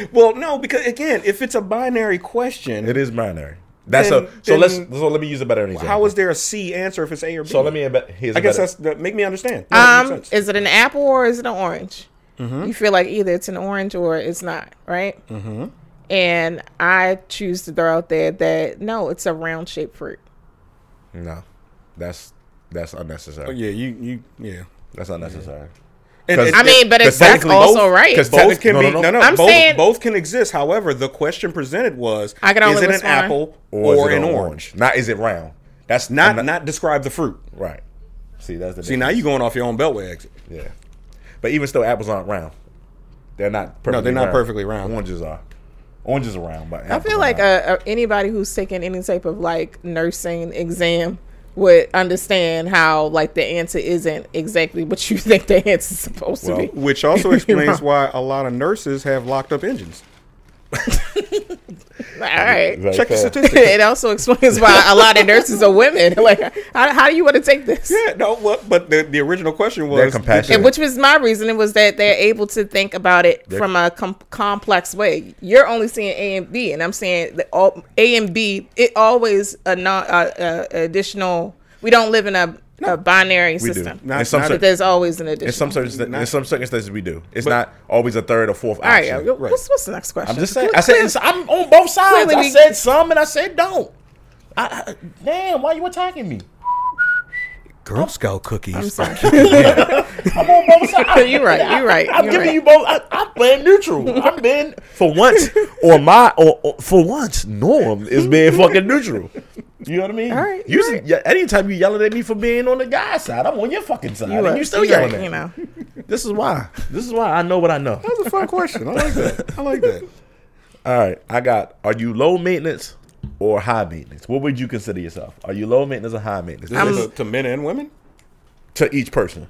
[SPEAKER 5] well, no, because again, if it's a binary question,
[SPEAKER 3] It is binary. That's
[SPEAKER 5] Then-
[SPEAKER 3] a so let's
[SPEAKER 5] then-
[SPEAKER 3] so let me use a better example.
[SPEAKER 5] how is there a C answer if it's A or B?
[SPEAKER 3] so? Let me abe- here's
[SPEAKER 5] I
[SPEAKER 3] a
[SPEAKER 5] guess
[SPEAKER 3] better-
[SPEAKER 5] that's that make me understand. No, that makes
[SPEAKER 6] Um,
[SPEAKER 5] sense.
[SPEAKER 6] is it an apple or is it an orange? You feel like either it's an orange or it's not, right? And I choose to throw out there that no, it's a round shaped fruit.
[SPEAKER 3] no, that's that's unnecessary.
[SPEAKER 5] Oh, yeah, you you yeah.
[SPEAKER 3] That's unnecessary.
[SPEAKER 5] And,
[SPEAKER 3] 'Cause-
[SPEAKER 5] and-
[SPEAKER 6] I mean, but it's that's
[SPEAKER 3] technically both-
[SPEAKER 6] also right.
[SPEAKER 3] 'cause
[SPEAKER 5] both can
[SPEAKER 3] no,
[SPEAKER 5] be
[SPEAKER 3] no,
[SPEAKER 5] no
[SPEAKER 3] no.
[SPEAKER 5] no,
[SPEAKER 6] I'm
[SPEAKER 5] both,
[SPEAKER 6] saying-
[SPEAKER 5] both can exist. However, the question presented was:
[SPEAKER 6] I can only
[SPEAKER 5] Is it an
[SPEAKER 6] respond.
[SPEAKER 5] apple
[SPEAKER 3] Or,
[SPEAKER 5] or,
[SPEAKER 3] is it
[SPEAKER 5] an orange?
[SPEAKER 3] Not is it round? That's
[SPEAKER 5] Not
[SPEAKER 3] I'm
[SPEAKER 5] not describe the fruit.
[SPEAKER 3] right. See that's the
[SPEAKER 5] See, now
[SPEAKER 3] difference.
[SPEAKER 5] you're going off your own beltway exit.
[SPEAKER 3] Yeah. But even still, apples aren't round. They're not perfectly
[SPEAKER 5] No, they're not perfectly round.
[SPEAKER 3] Oranges are. Oranges are round, but
[SPEAKER 6] I feel like uh, uh, anybody who's taken any type of like nursing exam would understand how like the answer isn't exactly what you think the answer's supposed
[SPEAKER 3] Well,
[SPEAKER 6] to be.
[SPEAKER 5] Which also explains why a lot of nurses have locked up engines.
[SPEAKER 6] All right.
[SPEAKER 5] Check the statistics.
[SPEAKER 6] it also explains why a lot of nurses are women. Like, how, how do you want to take this?
[SPEAKER 5] yeah, no, what? But the, the original question was
[SPEAKER 3] They're compassionate.
[SPEAKER 6] And which was my reasoning was that they're able to think about it
[SPEAKER 3] They're-
[SPEAKER 6] from a com- complex way. You're only seeing A and B, and I'm saying that all A and B. It always a non uh, uh, additional. We don't live in a, a binary
[SPEAKER 3] We do.
[SPEAKER 6] system,
[SPEAKER 5] Not-
[SPEAKER 3] in some,
[SPEAKER 5] not-
[SPEAKER 3] cer-
[SPEAKER 6] but there's always an
[SPEAKER 3] in some
[SPEAKER 6] additional.
[SPEAKER 3] circumstances, in
[SPEAKER 5] Not-
[SPEAKER 3] some circumstances we do. It's
[SPEAKER 5] But-
[SPEAKER 3] not always a third or fourth
[SPEAKER 6] All right,
[SPEAKER 3] option.
[SPEAKER 6] yo, what's,
[SPEAKER 5] Right.
[SPEAKER 6] what's the next question?
[SPEAKER 3] I'm just saying. I said it's- I'm on both sides.
[SPEAKER 6] Clearly
[SPEAKER 3] I
[SPEAKER 6] we-
[SPEAKER 3] said some and I said don't. I, I, damn, why you attacking me?
[SPEAKER 5] Girl Scout cookies.
[SPEAKER 6] I'm sorry.
[SPEAKER 3] I'm on both sides.
[SPEAKER 6] You're right, you're right,
[SPEAKER 3] I'm
[SPEAKER 6] you're
[SPEAKER 3] giving
[SPEAKER 6] right.
[SPEAKER 3] you both. I, I'm playing neutral. I'm being for once, or my, or, or for once, Norm is being fucking neutral. You know what I mean?
[SPEAKER 6] All right,
[SPEAKER 3] You should- yeah, anytime you yelling at me for being on the guy's side, I'm on your fucking side,
[SPEAKER 6] You
[SPEAKER 3] and
[SPEAKER 6] are-
[SPEAKER 3] you still
[SPEAKER 6] you're
[SPEAKER 3] yelling
[SPEAKER 6] right,
[SPEAKER 3] at me.
[SPEAKER 6] you know.
[SPEAKER 3] This is why. This is why I know what I know.
[SPEAKER 5] That's a fun question. I like that. I like that.
[SPEAKER 3] All right, I got. Are you low maintenance or high maintenance? What would you consider yourself? Are you low maintenance or high maintenance? This
[SPEAKER 6] Um,
[SPEAKER 5] Is
[SPEAKER 3] is
[SPEAKER 5] it to, to men and women?
[SPEAKER 3] to each person.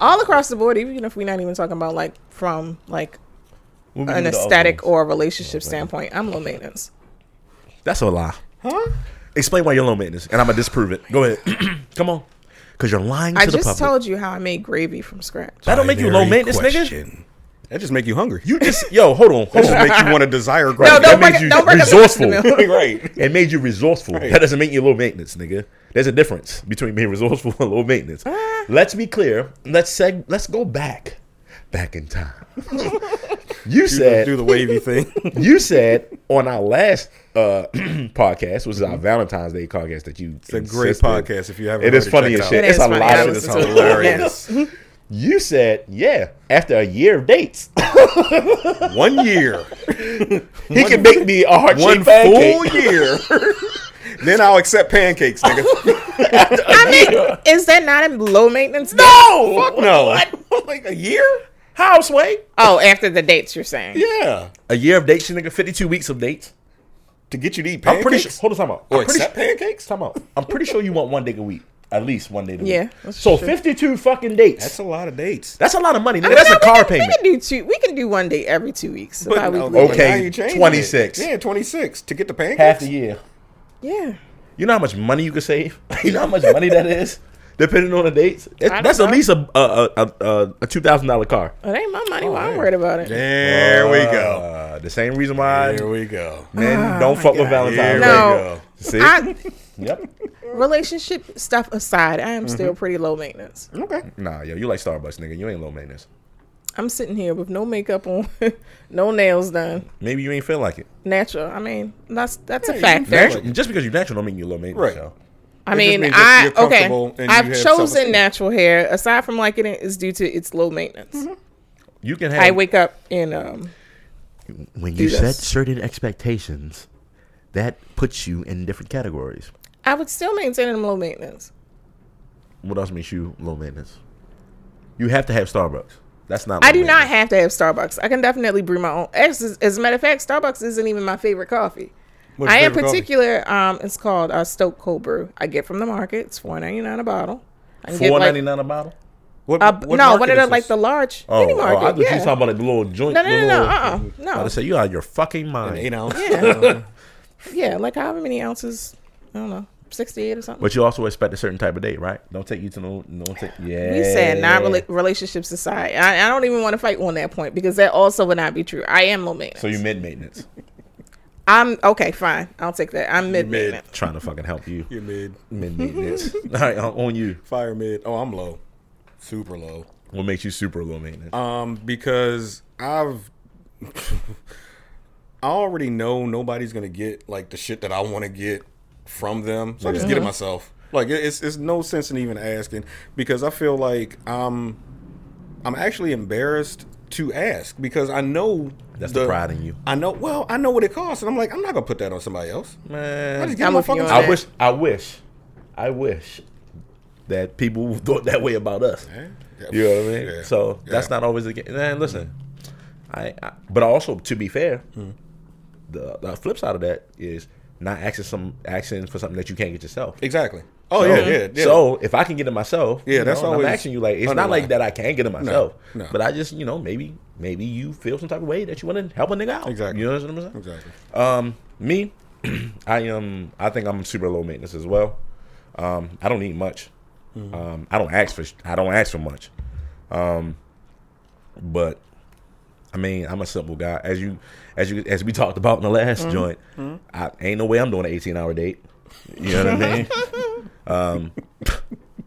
[SPEAKER 6] All across the board, even if we're not even talking about like from like
[SPEAKER 3] What would you
[SPEAKER 6] an
[SPEAKER 3] do to other
[SPEAKER 6] aesthetic
[SPEAKER 3] ones?
[SPEAKER 6] or a relationship standpoint, I'm low maintenance.
[SPEAKER 3] That's a lie.
[SPEAKER 5] Huh?
[SPEAKER 3] Explain why you're low maintenance, and I'm gonna disprove it. Go ahead. Come on, because you're lying to
[SPEAKER 6] I
[SPEAKER 3] the
[SPEAKER 6] just
[SPEAKER 3] public.
[SPEAKER 6] told you how I made gravy from scratch.
[SPEAKER 3] that don't make you low maintenance, nigga.
[SPEAKER 5] That just make you hungry.
[SPEAKER 3] You just yo, hold on,
[SPEAKER 5] that
[SPEAKER 3] hold
[SPEAKER 5] just
[SPEAKER 3] on.
[SPEAKER 5] make you want to desire
[SPEAKER 6] No,
[SPEAKER 5] growth.
[SPEAKER 3] That
[SPEAKER 6] don't
[SPEAKER 3] made
[SPEAKER 6] bring,
[SPEAKER 3] you
[SPEAKER 6] it, don't bring
[SPEAKER 3] resourceful.
[SPEAKER 6] Up the milk.
[SPEAKER 5] right.
[SPEAKER 3] It made you resourceful. That doesn't make you low maintenance, nigga. There's a difference between being resourceful and low maintenance. let's be clear. Let's seg- Let's go back, back in time. You
[SPEAKER 5] do
[SPEAKER 3] said
[SPEAKER 5] the, do the wavy thing.
[SPEAKER 3] you said on our last uh, podcast, which is our Valentine's Day podcast, that you it's
[SPEAKER 5] a great podcast if you haven't
[SPEAKER 3] It is
[SPEAKER 5] already
[SPEAKER 3] funny
[SPEAKER 5] checked out.
[SPEAKER 3] as shit.
[SPEAKER 6] It
[SPEAKER 3] it's
[SPEAKER 6] is
[SPEAKER 3] a
[SPEAKER 6] funny.
[SPEAKER 3] lot
[SPEAKER 6] I
[SPEAKER 3] of
[SPEAKER 5] it's
[SPEAKER 6] listen
[SPEAKER 3] shit.
[SPEAKER 6] to it.
[SPEAKER 5] hilarious.
[SPEAKER 3] You said, yeah, after a year of dates,
[SPEAKER 5] One year,
[SPEAKER 3] he can make me a heart
[SPEAKER 5] one
[SPEAKER 3] shaped
[SPEAKER 5] full
[SPEAKER 3] pancake.
[SPEAKER 5] year. then I'll accept pancakes, nigga.
[SPEAKER 6] I mean, is that not a low maintenance? No.
[SPEAKER 3] No,
[SPEAKER 5] Fuck uh, no.
[SPEAKER 3] What?
[SPEAKER 5] like a year?
[SPEAKER 3] How, Sway?
[SPEAKER 6] Oh, after the dates, you're saying.
[SPEAKER 5] Yeah.
[SPEAKER 3] A year of dates, you nigga. Fifty-two weeks of dates.
[SPEAKER 5] To get you to eat pancakes.
[SPEAKER 3] I'm pretty sure. Hold on, time out.
[SPEAKER 5] Or
[SPEAKER 3] I'm pretty
[SPEAKER 5] accept pancakes?
[SPEAKER 3] Time out. I'm pretty sure you want one day a week, at least one day a week.
[SPEAKER 6] Yeah, that's
[SPEAKER 3] So
[SPEAKER 6] true.
[SPEAKER 3] fifty-two fucking dates.
[SPEAKER 5] That's
[SPEAKER 3] That's
[SPEAKER 5] a
[SPEAKER 3] a,
[SPEAKER 5] lot of dates.
[SPEAKER 3] lot of money. Nigga.
[SPEAKER 6] I mean,
[SPEAKER 3] That's
[SPEAKER 6] no,
[SPEAKER 3] a
[SPEAKER 6] we
[SPEAKER 3] car
[SPEAKER 6] can-
[SPEAKER 3] payment.
[SPEAKER 6] We can do two. We can do one day every two weeks. so
[SPEAKER 5] But,
[SPEAKER 6] bi-weekly.
[SPEAKER 5] but
[SPEAKER 3] Okay,
[SPEAKER 5] now you changing it.
[SPEAKER 3] 26.
[SPEAKER 5] Yeah, 26. To get the pancakes?
[SPEAKER 3] Half the year.
[SPEAKER 6] Yeah.
[SPEAKER 3] You know how much money you could save. you know how much money that is, depending on the dates. It-
[SPEAKER 6] don't
[SPEAKER 3] that's
[SPEAKER 6] know.
[SPEAKER 3] at least a a a, a, a two thousand dollar car.
[SPEAKER 6] It ain't my
[SPEAKER 5] Oh,
[SPEAKER 6] money. Why I'm worried about it?
[SPEAKER 5] There we go.
[SPEAKER 3] Uh, the same reason why
[SPEAKER 5] There we go.
[SPEAKER 3] men don't fuck with Valentine's
[SPEAKER 5] Here
[SPEAKER 3] Day.
[SPEAKER 5] we
[SPEAKER 6] No.
[SPEAKER 5] go.
[SPEAKER 3] See?
[SPEAKER 6] Ah, I,
[SPEAKER 3] yep.
[SPEAKER 6] relationship stuff aside, I
[SPEAKER 5] Mm-hmm.
[SPEAKER 6] am still pretty low maintenance.
[SPEAKER 5] Okay.
[SPEAKER 3] Nah, yo, you like Starbucks, nigga. You ain't low maintenance.
[SPEAKER 6] I'm sitting here with no makeup on, no nails done,
[SPEAKER 3] Maybe you ain't feel like it.
[SPEAKER 6] natural. I mean, that's that's
[SPEAKER 5] Yeah,
[SPEAKER 6] a
[SPEAKER 5] you
[SPEAKER 6] fact.
[SPEAKER 5] Feel
[SPEAKER 6] though.
[SPEAKER 3] Natural, just because you're natural don't mean you low maintenance.
[SPEAKER 5] Right.
[SPEAKER 3] yo.
[SPEAKER 6] I
[SPEAKER 5] It just
[SPEAKER 6] mean,
[SPEAKER 5] means that
[SPEAKER 6] I
[SPEAKER 5] you're
[SPEAKER 6] okay.
[SPEAKER 5] comfortable and you
[SPEAKER 6] I've
[SPEAKER 5] have
[SPEAKER 6] chosen
[SPEAKER 5] self-esteem.
[SPEAKER 6] natural hair. Aside from liking it, is due to its low maintenance.
[SPEAKER 5] Mm-hmm.
[SPEAKER 3] You can have.
[SPEAKER 6] I wake up and um,
[SPEAKER 8] when you
[SPEAKER 6] do
[SPEAKER 8] set
[SPEAKER 6] this.
[SPEAKER 8] certain expectations, that puts you in different categories.
[SPEAKER 6] I would still maintain them low maintenance.
[SPEAKER 3] What else makes you low maintenance? You have to have Starbucks. That's not.
[SPEAKER 6] I
[SPEAKER 3] low
[SPEAKER 6] do not
[SPEAKER 3] maintenance.
[SPEAKER 6] have to have Starbucks. I can definitely brew my own. As, as a matter of fact, Starbucks isn't even my favorite coffee.
[SPEAKER 5] What's
[SPEAKER 6] I
[SPEAKER 5] your
[SPEAKER 6] am
[SPEAKER 5] favorite coffee?
[SPEAKER 6] particular. Um, it's called uh, Stoke Cold Brew. I get from the market. It's four ninety nine a bottle. I can
[SPEAKER 3] Four
[SPEAKER 6] get
[SPEAKER 3] ninety
[SPEAKER 6] like
[SPEAKER 3] nine a bottle.
[SPEAKER 5] What,
[SPEAKER 6] uh, no,
[SPEAKER 5] market
[SPEAKER 6] one of
[SPEAKER 5] is
[SPEAKER 6] the like
[SPEAKER 5] this?
[SPEAKER 6] the large
[SPEAKER 3] Oh,
[SPEAKER 6] mini
[SPEAKER 3] oh,
[SPEAKER 6] market.
[SPEAKER 3] I thought you
[SPEAKER 6] yeah.
[SPEAKER 3] was talking about like the little joint.
[SPEAKER 6] no, no, no,
[SPEAKER 3] the
[SPEAKER 6] no,
[SPEAKER 3] little,
[SPEAKER 6] uh,
[SPEAKER 3] I
[SPEAKER 6] uh
[SPEAKER 3] was
[SPEAKER 6] no.
[SPEAKER 3] say you out of your fucking mind.
[SPEAKER 5] Eight ounce.
[SPEAKER 6] Yeah. yeah, like however many ounces. I don't know, sixty eight or something.
[SPEAKER 3] But you also expect a certain type of date, right? Don't take you to no. Don't take. Yeah.
[SPEAKER 6] We said not rela- relationships aside. I, I don't even want to fight on that point because that also would not be true. I am low maintenance.
[SPEAKER 3] So you mid maintenance.
[SPEAKER 6] I'm okay, fine. I'll take that. I'm mid
[SPEAKER 5] mid.
[SPEAKER 6] maintenance.
[SPEAKER 3] Trying to fucking help you.
[SPEAKER 5] You're mid.
[SPEAKER 3] Mid maintenance. All right, on on you.
[SPEAKER 5] Fire mid. Oh, I'm low. Super low.
[SPEAKER 3] What makes you super low maintenance?
[SPEAKER 5] Um, because I've I already know nobody's gonna get like the shit that I want to get from them, so I just get it myself. Like it- it's it's no sense in even asking because I feel like I'm I'm actually embarrassed to ask because I know
[SPEAKER 3] That's the pride in you.
[SPEAKER 5] I know well I know what it costs, and I'm like I'm not gonna put that on somebody else.
[SPEAKER 3] Man,
[SPEAKER 5] I just get
[SPEAKER 6] I'm
[SPEAKER 5] my
[SPEAKER 6] with you
[SPEAKER 5] fucking.
[SPEAKER 6] on
[SPEAKER 5] self.
[SPEAKER 3] I wish, I wish, I wish that people thought that way about us.
[SPEAKER 5] Yeah.
[SPEAKER 3] You know what I mean?
[SPEAKER 5] Yeah.
[SPEAKER 3] So that's
[SPEAKER 5] Yeah.
[SPEAKER 3] not always the case. And listen, I, I. But also, to be fair,
[SPEAKER 5] Hmm.
[SPEAKER 3] the, the flip side of that is not asking some asking for something that you can't get yourself.
[SPEAKER 5] exactly. Oh
[SPEAKER 3] So,
[SPEAKER 5] yeah, yeah, yeah.
[SPEAKER 3] So if I can get it myself,
[SPEAKER 5] Yeah,
[SPEAKER 3] you
[SPEAKER 5] that's
[SPEAKER 3] know, and
[SPEAKER 5] always
[SPEAKER 3] I'm asking you. Like it's not
[SPEAKER 5] underlying.
[SPEAKER 3] like that. I can't get it myself.
[SPEAKER 5] no.
[SPEAKER 3] But I just, you know, maybe maybe you feel some type of way that you want to help a nigga out.
[SPEAKER 5] Exactly.
[SPEAKER 3] You know what I'm saying?
[SPEAKER 5] exactly.
[SPEAKER 3] Um, me, I am. I think I'm super low maintenance as well. Um, I don't eat much.
[SPEAKER 5] Mm-hmm.
[SPEAKER 3] Um, I don't ask for. sh- I don't ask for much. Um, but I mean, I'm a simple guy. As you, as you, as we talked about in the last
[SPEAKER 5] Mm-hmm.
[SPEAKER 3] joint, I ain't no way I'm doing an 18 hour date. You know what I mean? Um,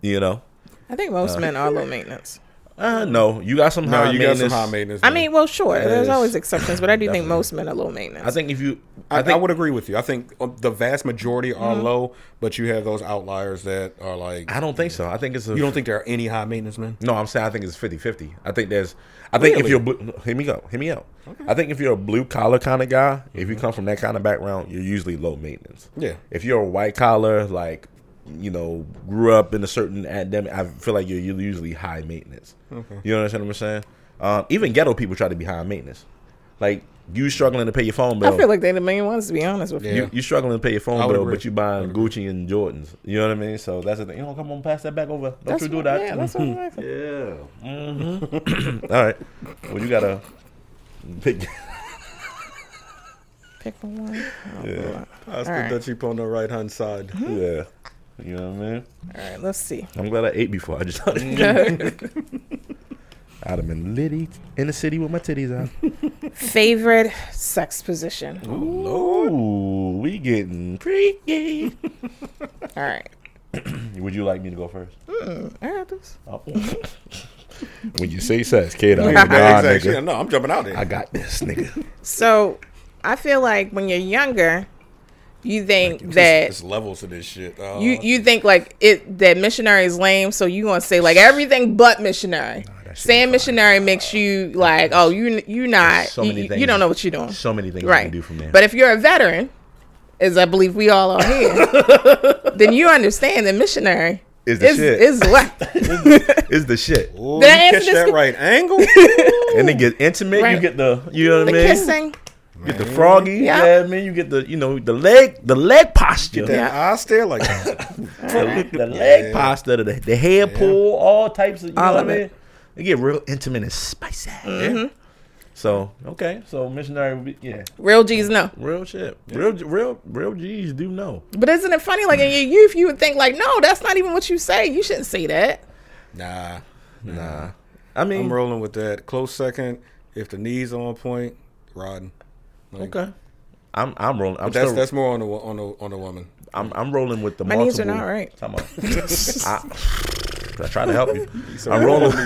[SPEAKER 3] you know,
[SPEAKER 6] I think most men are low maintenance.
[SPEAKER 3] uh, no, you got some high.
[SPEAKER 5] No, you got some
[SPEAKER 3] maintenance.
[SPEAKER 5] high maintenance.
[SPEAKER 6] I
[SPEAKER 5] man.
[SPEAKER 6] mean, well, sure. There's
[SPEAKER 3] Yes.
[SPEAKER 6] always exceptions, but I do think
[SPEAKER 3] Definitely.
[SPEAKER 6] most men are low maintenance.
[SPEAKER 3] I think if you,
[SPEAKER 5] I,
[SPEAKER 3] I think
[SPEAKER 5] I would agree with you. I think Mm-hmm. uh, the vast majority are low, but you have those outliers that are like
[SPEAKER 3] I don't think so. I think it's a,
[SPEAKER 5] you don't think there are any high maintenance men.
[SPEAKER 3] No, I'm saying I think it's 50-50. I think there's I think if
[SPEAKER 5] Really?
[SPEAKER 3] you're blue, hear me go, hear me out. I think if you're a blue collar kind of guy, if you come from that kind of background, you're usually low maintenance.
[SPEAKER 5] Mm-hmm. Yeah.
[SPEAKER 3] If you're a white collar, like you know, grew up in a certain academic, I feel like you're you're usually high maintenance. You understand what I'm saying? Um, even ghetto people try to be high maintenance. Like you struggling to pay your phone bill.
[SPEAKER 6] I feel like they're the main ones, to be honest with you.
[SPEAKER 5] Yeah.
[SPEAKER 3] you, you struggling to pay your
[SPEAKER 5] I
[SPEAKER 3] phone
[SPEAKER 5] would
[SPEAKER 3] bill,
[SPEAKER 5] agree.
[SPEAKER 3] but you buying Gucci and Jordans. You know what I mean? So that's the thing. You know, come on, pass that back over. Don't
[SPEAKER 6] That's
[SPEAKER 3] you do
[SPEAKER 6] what-
[SPEAKER 3] that?
[SPEAKER 6] Yeah, that's what I'm asking.
[SPEAKER 3] Yeah. Mm-hmm. All right. Well, you gotta pick.
[SPEAKER 6] Pick one. Oh, Lord.
[SPEAKER 5] That's
[SPEAKER 6] the Alright.
[SPEAKER 5] Dutchie on the right hand side.
[SPEAKER 3] yeah. You know what I mean?
[SPEAKER 6] All right, let's see.
[SPEAKER 3] I'm glad I ate before I just. I'd have been litty in the city with my titties out.
[SPEAKER 6] Favorite sex position.
[SPEAKER 3] Ooh, we getting freaky.
[SPEAKER 6] All right.
[SPEAKER 3] Would you like me to go first?
[SPEAKER 6] I got this.
[SPEAKER 3] Oh.
[SPEAKER 9] When you say sex, kid, I mean, nah,
[SPEAKER 5] Yeah, exactly. Yeah,
[SPEAKER 9] nigga,
[SPEAKER 5] no, I'm jumping out there.
[SPEAKER 9] I got this, nigga.
[SPEAKER 6] So I feel like when you're younger, you think that
[SPEAKER 5] It's levels to this shit. Uh,
[SPEAKER 6] you you think like it that missionary is lame, so you gonna say like everything but missionary.
[SPEAKER 3] that shit
[SPEAKER 6] Saying
[SPEAKER 3] is
[SPEAKER 6] missionary makes you like, oh, you you not
[SPEAKER 3] so
[SPEAKER 6] you,
[SPEAKER 3] many
[SPEAKER 6] you- you
[SPEAKER 3] things-
[SPEAKER 6] don't know what you're doing.
[SPEAKER 3] So many things you
[SPEAKER 6] right.
[SPEAKER 3] can do from there.
[SPEAKER 6] But if you're a veteran, as I believe we all are here, then you understand that missionary
[SPEAKER 3] Is the
[SPEAKER 6] is,
[SPEAKER 3] shit.
[SPEAKER 6] is what
[SPEAKER 3] it's the shit.
[SPEAKER 5] Ooh, you
[SPEAKER 6] Did I answer
[SPEAKER 5] catch
[SPEAKER 6] this
[SPEAKER 5] that
[SPEAKER 6] que-
[SPEAKER 5] right angle?
[SPEAKER 3] And it gets intimate. You
[SPEAKER 6] Right.
[SPEAKER 3] get the, you know
[SPEAKER 6] the
[SPEAKER 3] what I mean?
[SPEAKER 6] kissing.
[SPEAKER 3] You get the froggy.
[SPEAKER 6] Yeah.
[SPEAKER 3] Yeah, man. You get the, you know, the leg, the leg posture.
[SPEAKER 5] That eye stare like that.
[SPEAKER 3] the, the leg pasta, the, the head pull, all types of you
[SPEAKER 6] All
[SPEAKER 3] know
[SPEAKER 6] of
[SPEAKER 3] what I
[SPEAKER 6] it. Mm-hmm.
[SPEAKER 3] mean. They get real intimate and spicy. So okay, so missionary, would be- yeah,
[SPEAKER 6] Real G's no.
[SPEAKER 3] real shit, real real real G's do know.
[SPEAKER 6] But isn't it funny? Like in your youth, you would think like, no, that's not even what you say. You shouldn't say that.
[SPEAKER 5] Nah,
[SPEAKER 3] Nah, I mean
[SPEAKER 5] I'm rolling with that. Close second. If the knees on point, riding. Like,
[SPEAKER 3] okay, I'm I'm rolling. I'm
[SPEAKER 5] That's
[SPEAKER 3] still,
[SPEAKER 5] that's more on the wo- on the on the woman.
[SPEAKER 3] I'm I'm rolling with the
[SPEAKER 6] My knees
[SPEAKER 3] multiple.
[SPEAKER 6] are not right.
[SPEAKER 3] Time out. I, I try to help you. I'm rolling.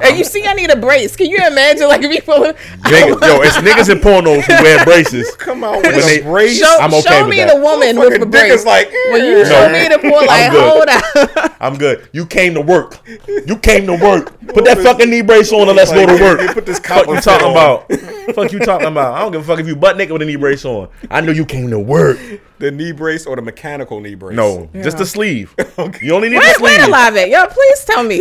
[SPEAKER 6] And you see, I need a brace. Can you imagine like me pulling?
[SPEAKER 3] Niggas- yo, it's niggas in pornos who wear braces.
[SPEAKER 5] Come on with
[SPEAKER 3] they-
[SPEAKER 5] a brace.
[SPEAKER 6] Show,
[SPEAKER 3] I'm okay
[SPEAKER 6] show
[SPEAKER 3] with
[SPEAKER 6] me
[SPEAKER 3] that.
[SPEAKER 6] the woman with the
[SPEAKER 5] Fucking dick
[SPEAKER 6] brace.
[SPEAKER 5] is like eh.
[SPEAKER 6] when you show me the pull, like
[SPEAKER 3] good.
[SPEAKER 6] hold up.
[SPEAKER 3] I'm good. You came to work. You came to work. Put that fucking knee brace on and let's go to work.
[SPEAKER 5] put this
[SPEAKER 3] fuck
[SPEAKER 5] copper
[SPEAKER 3] you
[SPEAKER 5] fit
[SPEAKER 3] talking
[SPEAKER 5] on.
[SPEAKER 3] about? fuck you talking about? I don't give a fuck if you butt naked with a knee brace on. I know you came to work.
[SPEAKER 5] The knee brace or the mechanical knee brace?
[SPEAKER 3] No, just the sleeve. You only need
[SPEAKER 6] Wait,
[SPEAKER 3] the sleeve.
[SPEAKER 6] wait a live it, yo. Please tell me.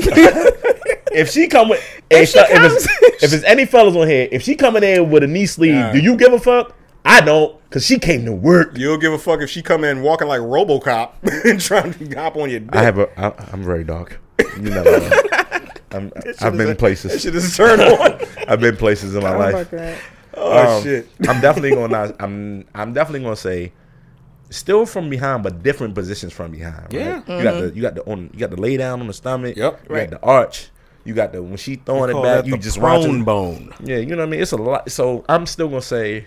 [SPEAKER 3] If she come with, if,
[SPEAKER 6] she
[SPEAKER 3] so- if
[SPEAKER 6] comes-
[SPEAKER 3] it's, if it's any fellas on here, if she coming in with a knee sleeve,
[SPEAKER 5] Nah.
[SPEAKER 3] do you give a fuck? I don't, cause she came to work.
[SPEAKER 5] You'll give a fuck if she come in walking like RoboCop and trying to hop on your dick.
[SPEAKER 3] I have a. I, I'm very dark. You never know. I'm, I've
[SPEAKER 5] That
[SPEAKER 3] been
[SPEAKER 5] shit
[SPEAKER 3] places.
[SPEAKER 5] is a turn on.
[SPEAKER 3] I've been places in my life.
[SPEAKER 5] Oh
[SPEAKER 3] Um,
[SPEAKER 5] shit.
[SPEAKER 3] I'm definitely gonna not, I'm I'm definitely gonna say still from behind but different positions from behind. Right?
[SPEAKER 5] Yeah. Mm-hmm.
[SPEAKER 3] You got the you got the on you got the lay down on the stomach.
[SPEAKER 5] Yep.
[SPEAKER 3] You
[SPEAKER 5] Right.
[SPEAKER 3] got the arch. You got the when she throwing it
[SPEAKER 5] Call
[SPEAKER 3] back,
[SPEAKER 5] that
[SPEAKER 3] you
[SPEAKER 5] the
[SPEAKER 3] just
[SPEAKER 5] prone
[SPEAKER 3] watching.
[SPEAKER 5] bone.
[SPEAKER 3] Yeah, you know what I mean? It's a lot so I'm still gonna say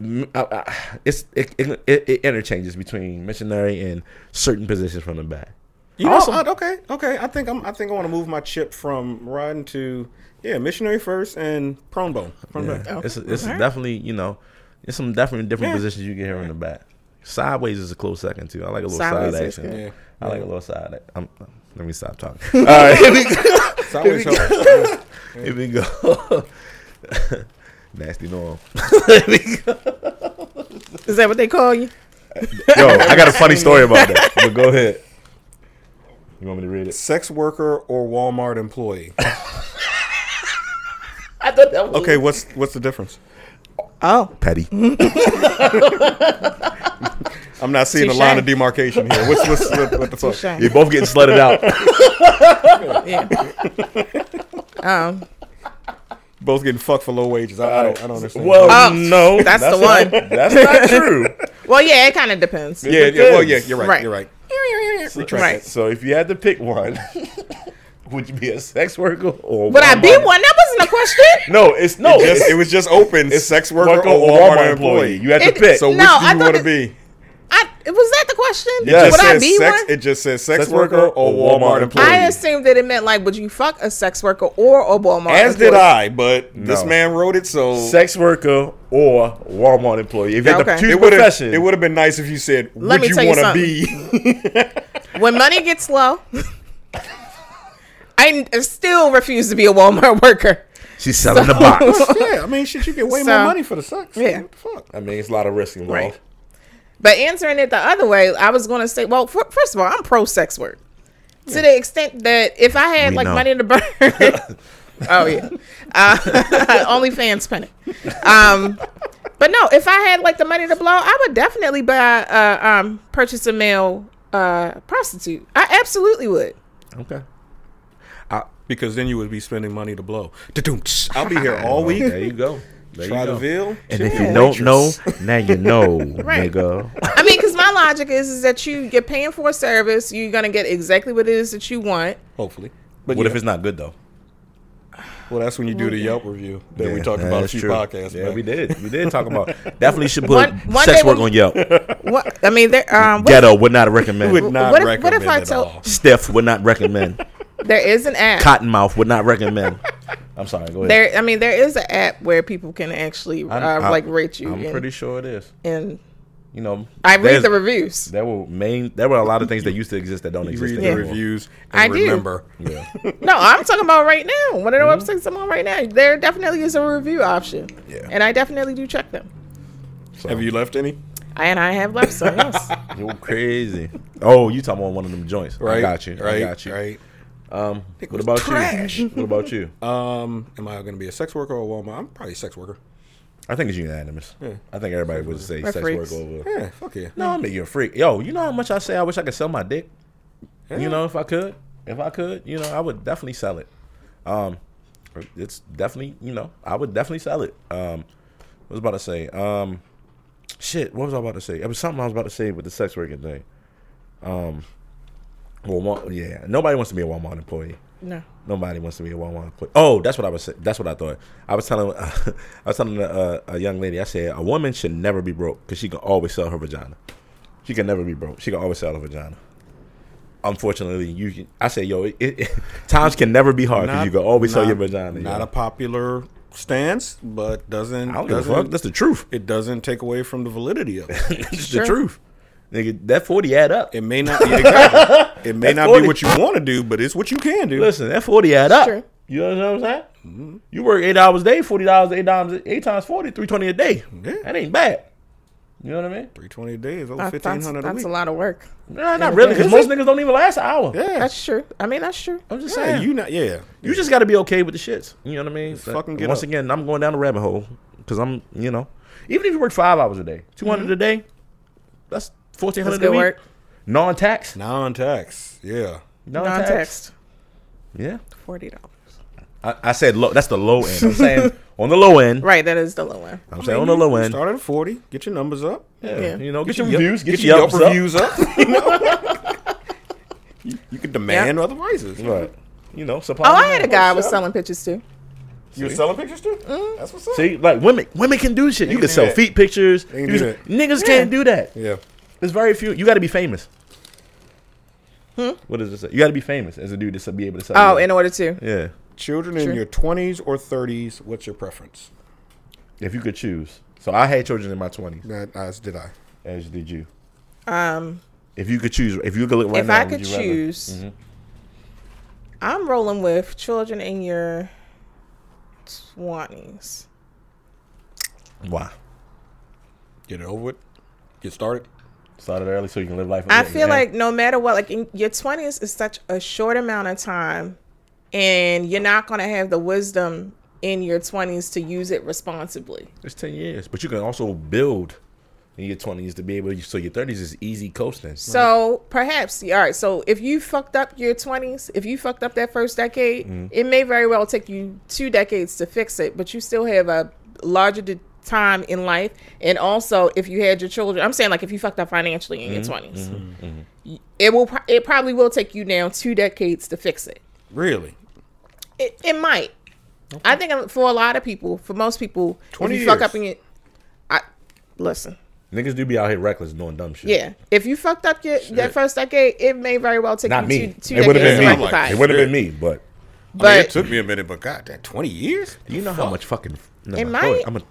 [SPEAKER 3] mm, I, I, it's it, it, it, it interchanges between missionary and certain positions from the back.
[SPEAKER 5] You know,
[SPEAKER 3] Oh,
[SPEAKER 5] some- okay, okay. I think I'm. I think I want to move my chip from riding to yeah, missionary first and prone bone. Prone
[SPEAKER 3] Yeah.
[SPEAKER 5] bone.
[SPEAKER 3] It's it's definitely you know, it's some definitely different
[SPEAKER 5] Yeah.
[SPEAKER 3] positions you can hear in the back. Sideways is a close second too. I like a little
[SPEAKER 6] Sideways
[SPEAKER 3] side
[SPEAKER 6] is
[SPEAKER 3] action.
[SPEAKER 6] good.
[SPEAKER 5] Yeah.
[SPEAKER 3] I like a little side. ac- I'm, let me stop talking. All right, here we go.
[SPEAKER 5] Sideways help.
[SPEAKER 3] Here we go. Nasty Norm. Here we go.
[SPEAKER 6] Is that what they call you?
[SPEAKER 3] Yo, I got a funny story about that. But go ahead. You want me to read it?
[SPEAKER 5] Sex worker or Walmart employee.
[SPEAKER 6] I thought that was
[SPEAKER 5] Okay, what's what's the difference?
[SPEAKER 6] Oh,
[SPEAKER 3] Petty.
[SPEAKER 5] I'm not seeing a
[SPEAKER 6] Touche.
[SPEAKER 5] line of demarcation here. What's what's what, what the fuck?
[SPEAKER 6] shame.
[SPEAKER 3] You're both getting slutted out.
[SPEAKER 6] Um,
[SPEAKER 5] Both getting fucked for low wages. I, I don't. I don't understand.
[SPEAKER 3] Well,
[SPEAKER 6] Oh,
[SPEAKER 3] no,
[SPEAKER 6] that's the
[SPEAKER 3] not-
[SPEAKER 6] one.
[SPEAKER 3] that's not true.
[SPEAKER 6] well, yeah, it kind of depends.
[SPEAKER 5] yeah, yeah. Well, yeah. You're right.
[SPEAKER 6] Right.
[SPEAKER 5] You're right.
[SPEAKER 6] Right.
[SPEAKER 3] So if you had to pick one, would you be a sex worker or?
[SPEAKER 6] Would I
[SPEAKER 3] Walmart?
[SPEAKER 6] be one? That wasn't a question.
[SPEAKER 3] No, it's no.
[SPEAKER 5] Just-
[SPEAKER 3] it's
[SPEAKER 5] it was just open. sex worker
[SPEAKER 3] worker
[SPEAKER 5] or Walmart, employee.
[SPEAKER 3] You had to
[SPEAKER 6] It-
[SPEAKER 3] pick.
[SPEAKER 5] so
[SPEAKER 6] No,
[SPEAKER 5] which do
[SPEAKER 6] I
[SPEAKER 5] you
[SPEAKER 6] thought
[SPEAKER 5] want to
[SPEAKER 6] it-
[SPEAKER 5] be?
[SPEAKER 6] I was that the question?
[SPEAKER 3] Yes.
[SPEAKER 6] Would I
[SPEAKER 5] says
[SPEAKER 6] be
[SPEAKER 5] sex,
[SPEAKER 6] one?
[SPEAKER 5] It just says sex,
[SPEAKER 3] Sex
[SPEAKER 5] worker
[SPEAKER 3] worker
[SPEAKER 5] or Walmart employee.
[SPEAKER 6] I assumed that it meant like, would you fuck a sex worker or a Walmart?
[SPEAKER 5] As did
[SPEAKER 6] employee?
[SPEAKER 5] I, but this
[SPEAKER 3] No.
[SPEAKER 5] man wrote it, so
[SPEAKER 3] sex worker or Walmart employee. If you had to
[SPEAKER 6] Okay.
[SPEAKER 3] choose
[SPEAKER 5] it
[SPEAKER 3] a
[SPEAKER 5] would have
[SPEAKER 3] profession,
[SPEAKER 5] it would have been nice if you said, "Would
[SPEAKER 6] Let me
[SPEAKER 5] you
[SPEAKER 6] tell you
[SPEAKER 5] want to
[SPEAKER 6] something.
[SPEAKER 5] be?"
[SPEAKER 6] when money gets low, I n- still refuse to be a Walmart worker.
[SPEAKER 3] she's selling the box.
[SPEAKER 5] yeah, I mean, shit, you get way
[SPEAKER 6] So-
[SPEAKER 5] for the sex.
[SPEAKER 6] Yeah.
[SPEAKER 5] the fuck?
[SPEAKER 3] I mean, it's a lot of risk involved.
[SPEAKER 6] Right. But answering it the other way, I was going to say, well, f- first of all, I'm pro sex work to the extent that if I had
[SPEAKER 3] We
[SPEAKER 6] like
[SPEAKER 3] know.
[SPEAKER 6] money to burn, oh yeah, uh, OnlyFans penny. Um, but no, if I had like the money to blow, I would definitely buy, uh, um, purchase a male uh, prostitute. I absolutely would.
[SPEAKER 3] Okay.
[SPEAKER 5] Because then you would be spending money to blow. Da-doom-tsh. I'll be here all week.
[SPEAKER 3] There you go. There
[SPEAKER 5] Try
[SPEAKER 3] you
[SPEAKER 5] the
[SPEAKER 3] go.
[SPEAKER 5] veal.
[SPEAKER 3] And
[SPEAKER 5] Shit.
[SPEAKER 3] if you don't know, now you know,
[SPEAKER 6] Right.
[SPEAKER 3] nigga.
[SPEAKER 6] I mean, because my logic is is that you you're paying for a service, you're gonna get exactly what it is that you want.
[SPEAKER 5] hopefully. But
[SPEAKER 3] What
[SPEAKER 5] yeah.
[SPEAKER 3] if it's not good though?
[SPEAKER 5] well, that's when you do the Yelp review that we
[SPEAKER 3] Yeah,
[SPEAKER 5] talked
[SPEAKER 3] yeah,
[SPEAKER 5] about a
[SPEAKER 3] that's
[SPEAKER 5] few
[SPEAKER 3] true.
[SPEAKER 5] podcasts
[SPEAKER 3] Yeah,
[SPEAKER 5] back.
[SPEAKER 3] we did. We did talk about. Definitely should put
[SPEAKER 6] One- one
[SPEAKER 3] sex
[SPEAKER 6] day
[SPEAKER 3] work
[SPEAKER 6] when-
[SPEAKER 3] on Yelp.
[SPEAKER 6] What I mean, there. Um, what,
[SPEAKER 3] Ghetto would not recommend.
[SPEAKER 5] Would not
[SPEAKER 6] What if- what if
[SPEAKER 5] recommend
[SPEAKER 6] I
[SPEAKER 5] at
[SPEAKER 6] tell-
[SPEAKER 5] all.
[SPEAKER 3] Stiff would not recommend.
[SPEAKER 6] There is an app.
[SPEAKER 3] Cottonmouth would not recommend. I'm sorry. Go ahead.
[SPEAKER 6] There, I mean, there is an app where people can actually uh,
[SPEAKER 3] I'm- I'm-
[SPEAKER 6] like rate you.
[SPEAKER 3] I'm
[SPEAKER 6] and,
[SPEAKER 3] pretty sure it is.
[SPEAKER 6] and
[SPEAKER 3] You know,
[SPEAKER 6] I read
[SPEAKER 3] there's-
[SPEAKER 6] the reviews.
[SPEAKER 3] There were main. There were a lot of things that used to exist that don't
[SPEAKER 5] You
[SPEAKER 3] exist
[SPEAKER 5] read the
[SPEAKER 3] anymore.
[SPEAKER 5] reviews
[SPEAKER 6] I
[SPEAKER 5] and
[SPEAKER 6] do.
[SPEAKER 5] remember.
[SPEAKER 3] Yeah.
[SPEAKER 6] No, I'm talking about right now. One of the websites I'm on right now, there definitely is a review option.
[SPEAKER 3] Mm-hmm. Yeah.
[SPEAKER 6] And I definitely do check them.
[SPEAKER 5] Have you left any?
[SPEAKER 6] I, and I have left some, yes.
[SPEAKER 3] You crazy. Oh, you talking about one of them joints?
[SPEAKER 5] Right.
[SPEAKER 3] I got you.
[SPEAKER 5] Right.
[SPEAKER 3] I got you.
[SPEAKER 5] Right.
[SPEAKER 3] Um,
[SPEAKER 5] It
[SPEAKER 3] what
[SPEAKER 5] was
[SPEAKER 3] about
[SPEAKER 5] trash.
[SPEAKER 3] you? What about you?
[SPEAKER 5] Um, am I going to be a sex worker or a woman? I'm probably a sex worker.
[SPEAKER 3] I think it's unanimous. I think everybody would say
[SPEAKER 6] We're
[SPEAKER 3] sex work
[SPEAKER 6] freaks.
[SPEAKER 3] over.
[SPEAKER 5] Yeah, fuck yeah.
[SPEAKER 3] No, I mean you're a freak. Yo, you know how much I say I wish I could sell my dick. You know, if I could, if I could, you know, I would definitely sell it. Um, it's definitely, you know, I would definitely sell it. Um, what was I about to say? Um, shit, what was I about to say? It was something I was about to say with the sex working thing. Um, well, one, yeah, nobody wants to be a Walmart employee.
[SPEAKER 6] no.
[SPEAKER 3] Nobody wants to be a Walmart employee. Oh, that's what I was. say- That's what I thought. I was telling. I was telling a, a young lady. I said a woman should never be broke because she can always sell her vagina. She can never be broke. She can always sell her vagina. Unfortunately, you. Can, I say, yo, it, it, times can never be hard because you can always sell your
[SPEAKER 5] not-
[SPEAKER 3] vagina.
[SPEAKER 5] Not
[SPEAKER 3] yo.
[SPEAKER 5] a popular stance, but doesn't.
[SPEAKER 3] I don't give a
[SPEAKER 5] doesn't
[SPEAKER 3] fuck. That's the truth.
[SPEAKER 5] it doesn't take away from the validity of it.
[SPEAKER 3] It's the truth. Nigga, that forty add up.
[SPEAKER 5] It may not be exactly. It may
[SPEAKER 3] That's
[SPEAKER 5] not
[SPEAKER 3] 40.
[SPEAKER 5] be what you want to do, but it's what you can do.
[SPEAKER 3] Listen, that forty add up.
[SPEAKER 6] true.
[SPEAKER 3] You know what I'm saying? You work eight hours a day, forty dollars, eight times, eight times 40, 320 a day.
[SPEAKER 5] Yeah.
[SPEAKER 3] That ain't bad. You know what I mean?
[SPEAKER 5] Three twenty a day is over
[SPEAKER 6] That-
[SPEAKER 5] fifteen
[SPEAKER 6] That's,
[SPEAKER 5] hundred a
[SPEAKER 6] that's
[SPEAKER 5] week.
[SPEAKER 6] a lot of work.
[SPEAKER 3] Nah, not really, because
[SPEAKER 5] Is
[SPEAKER 3] most niggas don't even last an hour.
[SPEAKER 5] Yeah,
[SPEAKER 6] That's true. I mean, that's true.
[SPEAKER 3] I'm just
[SPEAKER 5] yeah.
[SPEAKER 3] saying.
[SPEAKER 5] You
[SPEAKER 3] You
[SPEAKER 5] not yeah.
[SPEAKER 3] you just got to be okay with the shits. You know what I mean? But
[SPEAKER 5] fucking get
[SPEAKER 3] once
[SPEAKER 5] up.
[SPEAKER 3] again, I'm going down the rabbit hole because I'm, you know, even if you work five hours a day, 200 a day, that's fourteen
[SPEAKER 6] Mm-hmm. That's
[SPEAKER 3] hundred a
[SPEAKER 6] good
[SPEAKER 3] week.
[SPEAKER 6] work.
[SPEAKER 3] Non-tax,
[SPEAKER 5] non-tax. Yeah,
[SPEAKER 3] non-tax.
[SPEAKER 6] Non-text.
[SPEAKER 3] Yeah,
[SPEAKER 6] Forty dollars.
[SPEAKER 3] I, I said low. That's the low end. I'm saying on the low end.
[SPEAKER 6] Right, that is the low end.
[SPEAKER 3] I'm saying on the low end.
[SPEAKER 5] start at forty. Get your numbers up.
[SPEAKER 3] Yeah,
[SPEAKER 6] Yeah.
[SPEAKER 3] you know, get,
[SPEAKER 5] your
[SPEAKER 3] your views,
[SPEAKER 5] Yelp-
[SPEAKER 3] get, your Yelp
[SPEAKER 5] reviews
[SPEAKER 3] reviews.
[SPEAKER 5] up. you, know? You could demand
[SPEAKER 6] Yep.
[SPEAKER 5] other prices.
[SPEAKER 3] Right. You know, supply.
[SPEAKER 6] Oh,
[SPEAKER 3] and
[SPEAKER 6] I had a
[SPEAKER 3] demand.
[SPEAKER 6] guy I was selling pictures to.
[SPEAKER 5] You were selling pictures too. That's what's up.
[SPEAKER 3] See, like women, women can do shit. You
[SPEAKER 5] can
[SPEAKER 3] can
[SPEAKER 5] do
[SPEAKER 3] sell
[SPEAKER 5] that.
[SPEAKER 3] feet pictures.
[SPEAKER 5] can
[SPEAKER 3] You
[SPEAKER 5] do
[SPEAKER 3] s-
[SPEAKER 5] that.
[SPEAKER 3] Niggas can't do that.
[SPEAKER 5] Yeah.
[SPEAKER 3] There's very few. You got to be famous. What does it say? You got to be famous as a dude to s- be able to sell.
[SPEAKER 6] Hmm? Oh,
[SPEAKER 3] your-
[SPEAKER 6] in order to.
[SPEAKER 3] yeah.
[SPEAKER 5] Children
[SPEAKER 6] Sure.
[SPEAKER 5] in your twenties or thirties. What's your preference?
[SPEAKER 3] If you could choose. So I had children in my twenties,
[SPEAKER 5] That as did I.
[SPEAKER 3] as did you.
[SPEAKER 6] Um,
[SPEAKER 3] If you could choose, if you could look right
[SPEAKER 6] if
[SPEAKER 3] now,
[SPEAKER 6] I
[SPEAKER 3] would
[SPEAKER 6] could
[SPEAKER 3] you rather- Mm-hmm.
[SPEAKER 6] choose, I'm rolling with children in your twenties.
[SPEAKER 3] why?
[SPEAKER 5] Get it over with. Get started.
[SPEAKER 3] Started early so you can live life.
[SPEAKER 6] I feel like no matter what, like in your twenties is such a short amount of time, and you're not gonna have the wisdom in your twenties to use it responsibly.
[SPEAKER 3] it's ten years, but you can also build in your twenties to be able. to, So your thirties is easy coasting.
[SPEAKER 6] So perhaps, all right. So if you fucked up your twenties, if you fucked up that first decade, it may very well take you two decades to fix it, but you still have a larger de- time in life. And also, if you had your children, I'm saying like if you fucked up financially in your 20s y- it will pro- it probably will take you now two decades to fix it.
[SPEAKER 5] Really.
[SPEAKER 6] It, it might. I think um, for a lot of people, for most people,
[SPEAKER 5] 20
[SPEAKER 6] if you fuck
[SPEAKER 5] years.
[SPEAKER 6] up in your, I listen.
[SPEAKER 3] Niggas do be out here reckless doing dumb shit.
[SPEAKER 6] Yeah, if you fucked up your that first decade, it may very well take
[SPEAKER 3] Not
[SPEAKER 6] you
[SPEAKER 3] me.
[SPEAKER 6] two, two
[SPEAKER 3] it would have
[SPEAKER 6] decades
[SPEAKER 3] been
[SPEAKER 6] to
[SPEAKER 3] me.
[SPEAKER 6] rectify.
[SPEAKER 3] it would have been me, but
[SPEAKER 5] it
[SPEAKER 6] But
[SPEAKER 5] took me a minute, but God, that twenty years.
[SPEAKER 3] you know how much fucking. No,
[SPEAKER 6] It
[SPEAKER 3] I'm
[SPEAKER 6] might.
[SPEAKER 3] a- I'm a-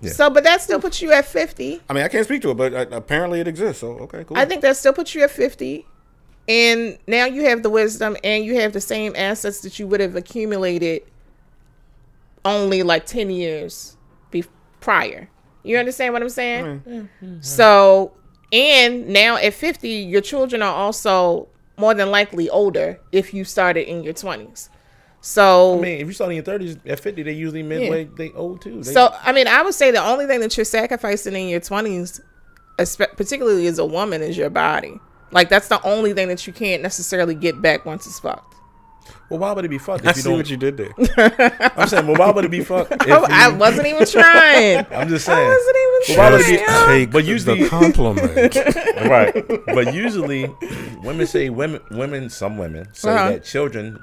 [SPEAKER 3] yeah.
[SPEAKER 6] so, but that still puts you at fifty.
[SPEAKER 5] I mean, I can't speak to it, but uh, apparently it exists. So okay, cool.
[SPEAKER 6] I think that still puts you at fifty, and now you have the wisdom and you have the same assets that you would have accumulated only like ten years be- prior. You understand what I'm saying? Mm-hmm. So, and now at fifty, your children are also more than likely older if you started in your twenties. So
[SPEAKER 3] I mean, if you start in your thirties at fifty, they usually midway they old too. They,
[SPEAKER 6] So I mean, I would say the only thing that you're sacrificing in your twenties, espe- particularly as a woman, is your body. Like that's the only thing that you can't necessarily get back once it's fucked.
[SPEAKER 3] well, why would it be fucked?
[SPEAKER 5] I
[SPEAKER 3] If you
[SPEAKER 5] see
[SPEAKER 3] don't,
[SPEAKER 5] what you did there.
[SPEAKER 3] I'm saying, well, why would it be fucked? If
[SPEAKER 6] Oh, I wasn't even trying.
[SPEAKER 3] am just
[SPEAKER 6] I
[SPEAKER 3] saying.
[SPEAKER 6] wasn't
[SPEAKER 3] Well,
[SPEAKER 6] even
[SPEAKER 3] why would it
[SPEAKER 6] trying.
[SPEAKER 3] be-
[SPEAKER 6] y'all.
[SPEAKER 3] But usually-
[SPEAKER 5] compliment.
[SPEAKER 3] right. But usually, women say women, women, some women say
[SPEAKER 6] Uh-huh.
[SPEAKER 3] that children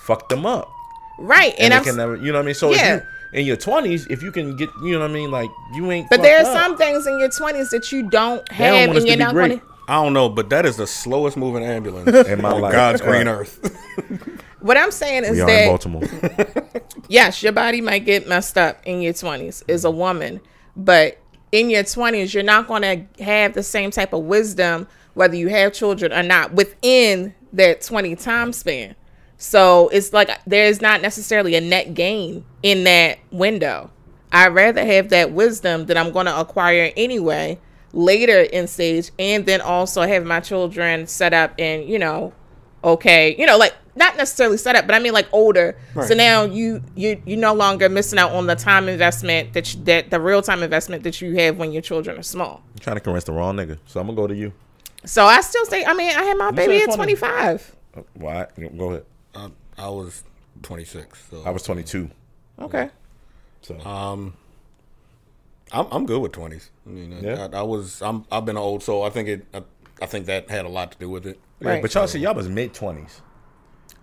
[SPEAKER 3] fuck them up,
[SPEAKER 6] right, and,
[SPEAKER 3] and,
[SPEAKER 6] I'm.
[SPEAKER 3] they can never. You know what I mean? So
[SPEAKER 6] Yeah.
[SPEAKER 3] if you in your twenties, if you can get, you know what I mean? Like you ain't.
[SPEAKER 6] but there are
[SPEAKER 3] fucked up.
[SPEAKER 6] some things in your twenties that you don't
[SPEAKER 3] They don't
[SPEAKER 6] have,
[SPEAKER 3] want us
[SPEAKER 6] and
[SPEAKER 3] to
[SPEAKER 6] you're
[SPEAKER 3] be
[SPEAKER 6] not
[SPEAKER 3] great.
[SPEAKER 6] going to.
[SPEAKER 5] I don't know, but that is the slowest moving ambulance in
[SPEAKER 3] my
[SPEAKER 5] my
[SPEAKER 3] life.
[SPEAKER 5] God's green
[SPEAKER 3] Right.
[SPEAKER 5] earth.
[SPEAKER 6] What I'm saying is
[SPEAKER 3] We are
[SPEAKER 6] that
[SPEAKER 3] in Baltimore.
[SPEAKER 6] yes, your body might get messed up in your 20s as a woman, but in your 20s, you're not going to have the same type of wisdom whether you have children or not within that 20 time span. So it's like there's not necessarily a net gain in that window. I'd rather have that wisdom that I'm going to acquire anyway later in stage and then also have my children set up and, you know, okay you know like not necessarily set up but i mean like older so now you you you no longer missing out on the time investment that you, that the real time investment that you have when your children are small
[SPEAKER 3] I'm trying to convince the wrong nigga, so I'm gonna go to you.
[SPEAKER 6] so i still say i mean i had my baby
[SPEAKER 3] said
[SPEAKER 6] at
[SPEAKER 3] 20.
[SPEAKER 6] 25
[SPEAKER 3] Why? Go ahead.
[SPEAKER 5] I, I was 26, so
[SPEAKER 3] I was 22.
[SPEAKER 6] okay
[SPEAKER 3] So
[SPEAKER 5] I'm, I'm good with 20s. I mean, I-
[SPEAKER 3] Yeah.
[SPEAKER 5] I, I was I'm I've been an old soul. I think it I, I think that had a lot to do with it.
[SPEAKER 3] Yeah,
[SPEAKER 6] right
[SPEAKER 3] but y'all said y'all was mid 20s.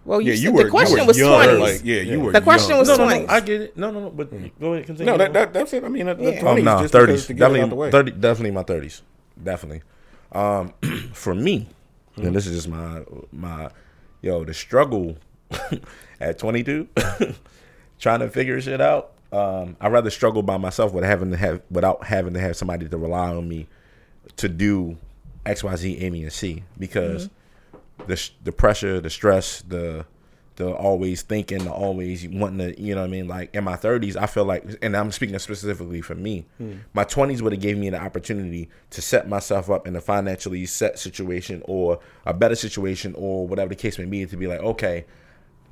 [SPEAKER 6] well you,
[SPEAKER 5] Yeah, you
[SPEAKER 6] said-
[SPEAKER 5] were
[SPEAKER 6] the question
[SPEAKER 5] you were
[SPEAKER 6] was
[SPEAKER 5] young,
[SPEAKER 6] 20s
[SPEAKER 5] Like, yeah, you were.
[SPEAKER 6] the question
[SPEAKER 5] young.
[SPEAKER 6] was
[SPEAKER 3] No, no,
[SPEAKER 6] 20s
[SPEAKER 3] no, I get it. No, no, no. But go ahead, continue.
[SPEAKER 5] no, that, that that's it. I mean, that,
[SPEAKER 6] Yeah.
[SPEAKER 5] the 20s.
[SPEAKER 3] um, nah,
[SPEAKER 5] just because
[SPEAKER 3] thirties,
[SPEAKER 5] to get it out
[SPEAKER 3] definitely,
[SPEAKER 5] the way.
[SPEAKER 3] 30, definitely my thirties, definitely. Um, for me, and this is just my my, yo, the struggle at twenty two, trying to figure shit out. Um, I rather struggle by myself with having to have without having to have somebody to rely on me to do X, Y, Z, M, E, and C because the sh- the pressure, the stress, the the always thinking, the always wanting to, you know what I mean? Like in my 30s, I feel like, and I'm speaking specifically for me, my 20s would have gave me the opportunity to set myself up in a financially set situation or a better situation or whatever the case may be to be like, okay,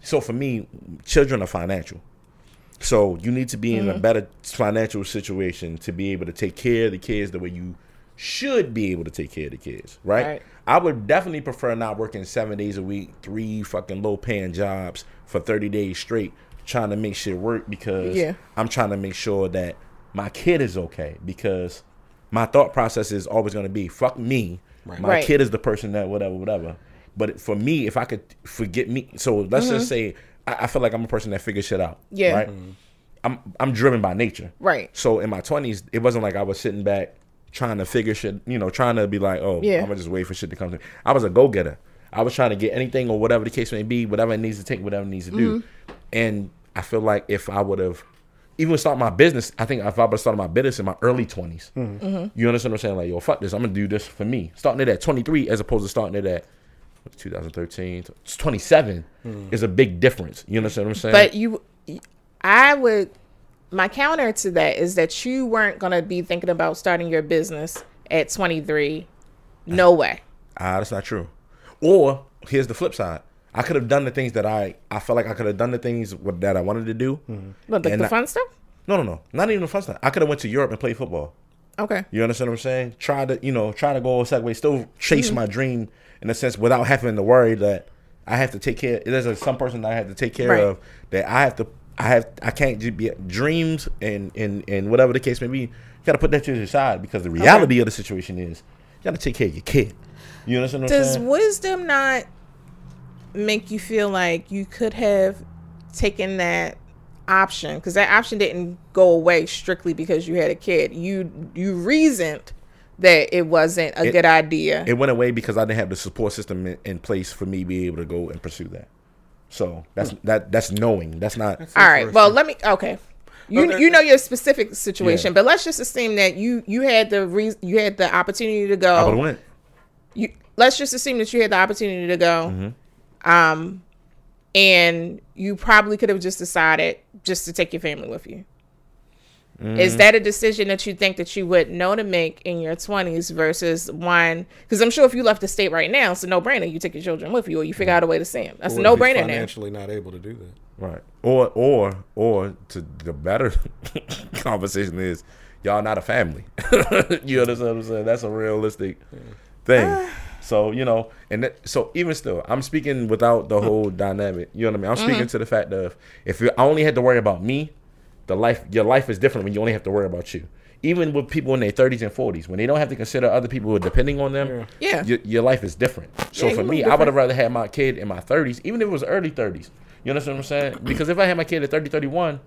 [SPEAKER 3] so for me, children are financial. So you need to be in a better financial situation to be able to take care of the kids the way you should be able to take care of the kids, right?
[SPEAKER 6] Right.
[SPEAKER 3] I would definitely prefer not working seven days a week, three fucking low paying jobs for 30 days straight, trying to make shit work because
[SPEAKER 6] Yeah.
[SPEAKER 3] I'm trying to make sure that my kid is okay because my thought process is always going to be fuck me. My
[SPEAKER 6] Right.
[SPEAKER 3] kid is the person that whatever, whatever. But for me, if I could forget me, so let's just say I, I feel like I'm a person that figures shit out.
[SPEAKER 6] Mm-hmm. Yeah.
[SPEAKER 3] Right. I'm I'm driven by nature.
[SPEAKER 6] Right.
[SPEAKER 3] So in my twenties, it wasn't like I was sitting back trying to figure shit, you know, trying to be like, oh,
[SPEAKER 6] Yeah.
[SPEAKER 3] I'm gonna just wait for shit to come to me. I was a go getter. I was trying to get anything or whatever the case may be, whatever it needs to take, whatever it needs to do. And I feel like if I would have even start my business, I think if I would have started my business in my early 20s, you understand what I'm saying? Like, yo, fuck this. I'm gonna do this for me. Starting it at 23 as opposed to starting it at what's 2013, it's 27 is a big difference. You understand what I'm saying?
[SPEAKER 6] but you i would my counter to that is that you weren't going to be thinking about starting your business at 23 no way
[SPEAKER 3] Ah, that's not true. Or here's the flip side. I could have done the things that I I felt like I could have done the things with- that I wanted to do.
[SPEAKER 6] but like
[SPEAKER 3] And
[SPEAKER 6] the
[SPEAKER 3] I-
[SPEAKER 6] fun stuff
[SPEAKER 3] No, no, no. Not even the fun stuff. I could have went to Europe and played football.
[SPEAKER 6] okay
[SPEAKER 3] You understand what I'm saying? Try to you know try to go a segue, still chase
[SPEAKER 6] Mm-hmm.
[SPEAKER 3] my dream in a sense without having to worry that I have to take care. There's a, some person that I have to take care
[SPEAKER 6] Right.
[SPEAKER 3] of that I have to. I have I can't ju- be dreams and and and whatever the case may be. You got to put that to the side because the reality of the situation is you got to take care of your kid. You understand what I'm
[SPEAKER 6] Does
[SPEAKER 3] saying?
[SPEAKER 6] wisdom not make you feel like you could have taken that option because that option didn't go away strictly because you had a kid. You you reasoned that it wasn't a good idea.
[SPEAKER 3] it went away because I didn't have the support system in, in place for me to be able to go and pursue that. So that's that that's knowing. That's not
[SPEAKER 6] Hmm. All right. Well, let me. Okay. You,
[SPEAKER 5] that-
[SPEAKER 6] you know your specific situation, but let's just assume that you you had the re- you had the opportunity to go.
[SPEAKER 3] I would have went.
[SPEAKER 6] you let's just assume that you had the opportunity to go um and you probably could have just decided just to take your family with you is that a decision that you think that you would know to make in your 20s versus one because i'm sure if you left the state right now it's a no-brainer you take your children with you or you figure out a way to see them that's
[SPEAKER 5] Or
[SPEAKER 6] a
[SPEAKER 5] if he's
[SPEAKER 6] no-brainer now
[SPEAKER 5] Financially not able to do that.
[SPEAKER 3] Right. Or or or to the better conversation is y'all not a family. you understand what I'm saying? That's a realistic
[SPEAKER 6] Ah.
[SPEAKER 3] thing. So, you know, and that, so even still, I'm speaking without
[SPEAKER 6] Mm.
[SPEAKER 3] the whole dynamic. You know what I mean? I'm
[SPEAKER 6] Mm-hmm.
[SPEAKER 3] speaking to the fact of if you- I only had to worry about me, the life your life is different when you only have to worry about you. Even with people in their 30s and 40s, when they don't have to consider other people who are depending on them,
[SPEAKER 6] Yeah.
[SPEAKER 3] your, your life is different. So
[SPEAKER 6] Yeah,
[SPEAKER 3] for
[SPEAKER 6] you
[SPEAKER 3] me,
[SPEAKER 6] look
[SPEAKER 3] I would have rather had my kid in my 30s, even if it was early 30s. You understand what I'm saying?
[SPEAKER 6] Mm-hmm.
[SPEAKER 3] Because if I had my kid at 30, 31,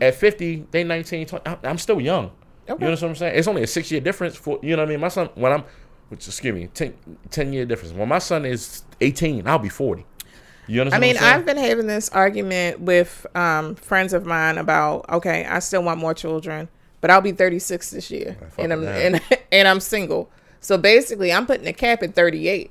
[SPEAKER 3] at 50, they 19, 20, I'm, I'm still young. You understand what I'm saying? It's only a six year difference. For you know what I mean? My son, when I'm which excuse me, 10, 10 year difference. When my son is eighteen, I'll be forty. You
[SPEAKER 6] I
[SPEAKER 3] understand?
[SPEAKER 6] mean,
[SPEAKER 3] what I'm saying?
[SPEAKER 6] I've been having this argument with um, friends of mine about okay, I still want more children, but I'll be 36 this year, and I'm
[SPEAKER 3] damn.
[SPEAKER 6] and, and I'm single. So basically, I'm putting a cap at 38.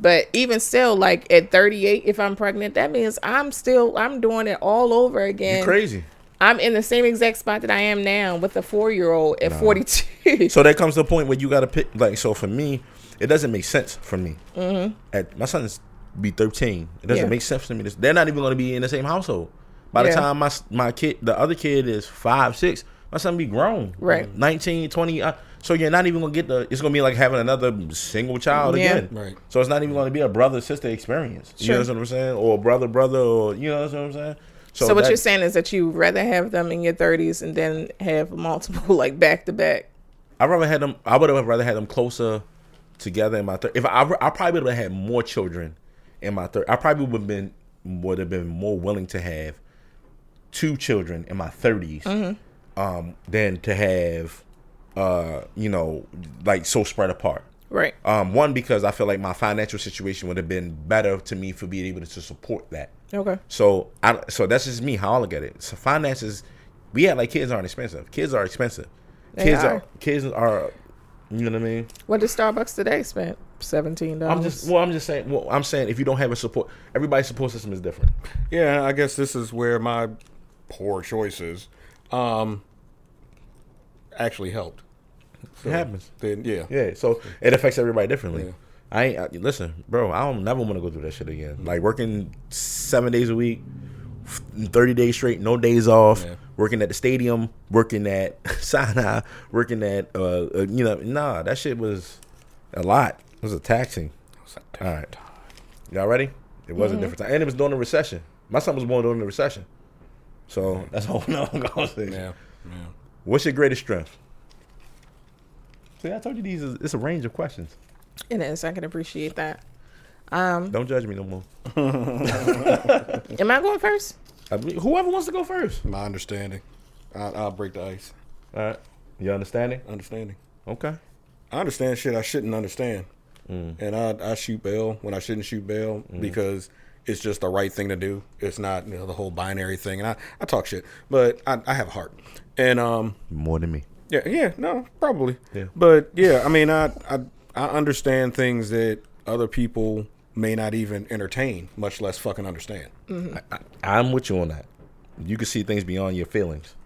[SPEAKER 6] But even still, like at 38, if I'm pregnant, that means I'm still I'm doing it all over again.
[SPEAKER 3] you crazy.
[SPEAKER 6] I'm in the same exact spot that I am now with a four year old at 42.
[SPEAKER 3] So there comes the point where you gotta pick. Like, so for me, it doesn't make sense for me. At my son's be thirteen, it doesn't
[SPEAKER 6] Mm-hmm. Yeah.
[SPEAKER 3] make sense to me. This- They're not even gonna be in the same household. By the
[SPEAKER 6] Yeah.
[SPEAKER 3] time my s- my kid, the other kid is five, six, my son be grown,
[SPEAKER 6] Right.
[SPEAKER 3] 19, 20. Uh, so you're not even gonna get the. It's gonna be like having another single child
[SPEAKER 6] Yeah.
[SPEAKER 3] again.
[SPEAKER 5] Right.
[SPEAKER 3] So it's not even gonna be a brother sister experience. You
[SPEAKER 6] Sure.
[SPEAKER 3] know what I'm saying? Or brother brother, or you know what I'm saying?
[SPEAKER 6] So, what
[SPEAKER 3] that-
[SPEAKER 6] you're saying is that you'd rather have them in your 30s and then have multiple like back to back.
[SPEAKER 3] I rather had them. I would have rather had them closer together in my third. If I, I probably would have had more children in my third. I probably would have been would have been more willing to have two children in my 30s um, than to have, uh, you know, like so spread apart.
[SPEAKER 6] Right.
[SPEAKER 3] Um, one because I feel like my financial situation would have been better to me for being able to support that.
[SPEAKER 6] Okay.
[SPEAKER 3] So I so that's just me how I look at it. So finances, we act like kids aren't expensive. Kids are expensive.
[SPEAKER 6] They
[SPEAKER 3] kids
[SPEAKER 6] are.
[SPEAKER 3] are. kids are. You know what I mean?
[SPEAKER 6] What did Starbucks today spend? Seventeen dollars.
[SPEAKER 3] I'm just well. I'm just saying. Well, I'm saying if you don't have a support, everybody's support system is different.
[SPEAKER 5] Yeah, I guess this is where my poor choices um actually helped.
[SPEAKER 3] It happens.
[SPEAKER 5] Then yeah.
[SPEAKER 3] Yeah. So it affects everybody differently.
[SPEAKER 5] Yeah.
[SPEAKER 3] I ain't I, listen, bro. I don't never want to go through that shit again. Like working seven days a week, f- thirty days straight, no days off.
[SPEAKER 5] Yeah.
[SPEAKER 3] Working at the stadium, working at Sinai, working at uh, uh, you know, nah, that shit was a lot. It was a taxing. All right, y'all ready? It was a different time, and it was during the recession. My son was born during the recession, so that's a whole nother conversation.
[SPEAKER 5] Yeah.
[SPEAKER 3] What's your greatest strength? See, I told you these. Is, it's a range of questions.
[SPEAKER 6] It is. I can appreciate that.
[SPEAKER 3] Don't judge me no more.
[SPEAKER 6] Am I going first?
[SPEAKER 3] I mean, whoever wants to go first.
[SPEAKER 5] My understanding. I I'll break the ice.
[SPEAKER 3] All right. You understand it?
[SPEAKER 5] Understanding.
[SPEAKER 3] Okay.
[SPEAKER 5] I understand shit I shouldn't understand. And I, I shoot bail when I shouldn't shoot bail because it's just the right thing to do. It's not you know, the whole binary thing. And I, I talk shit, but I, I have a heart. And um,
[SPEAKER 3] More than me.
[SPEAKER 5] yeah, yeah, no, probably.
[SPEAKER 3] Yeah.
[SPEAKER 5] But yeah, I mean, I, I, I understand things that other people may not even entertain, much less fucking understand.
[SPEAKER 3] I'm with you on that. You can see things beyond your feelings.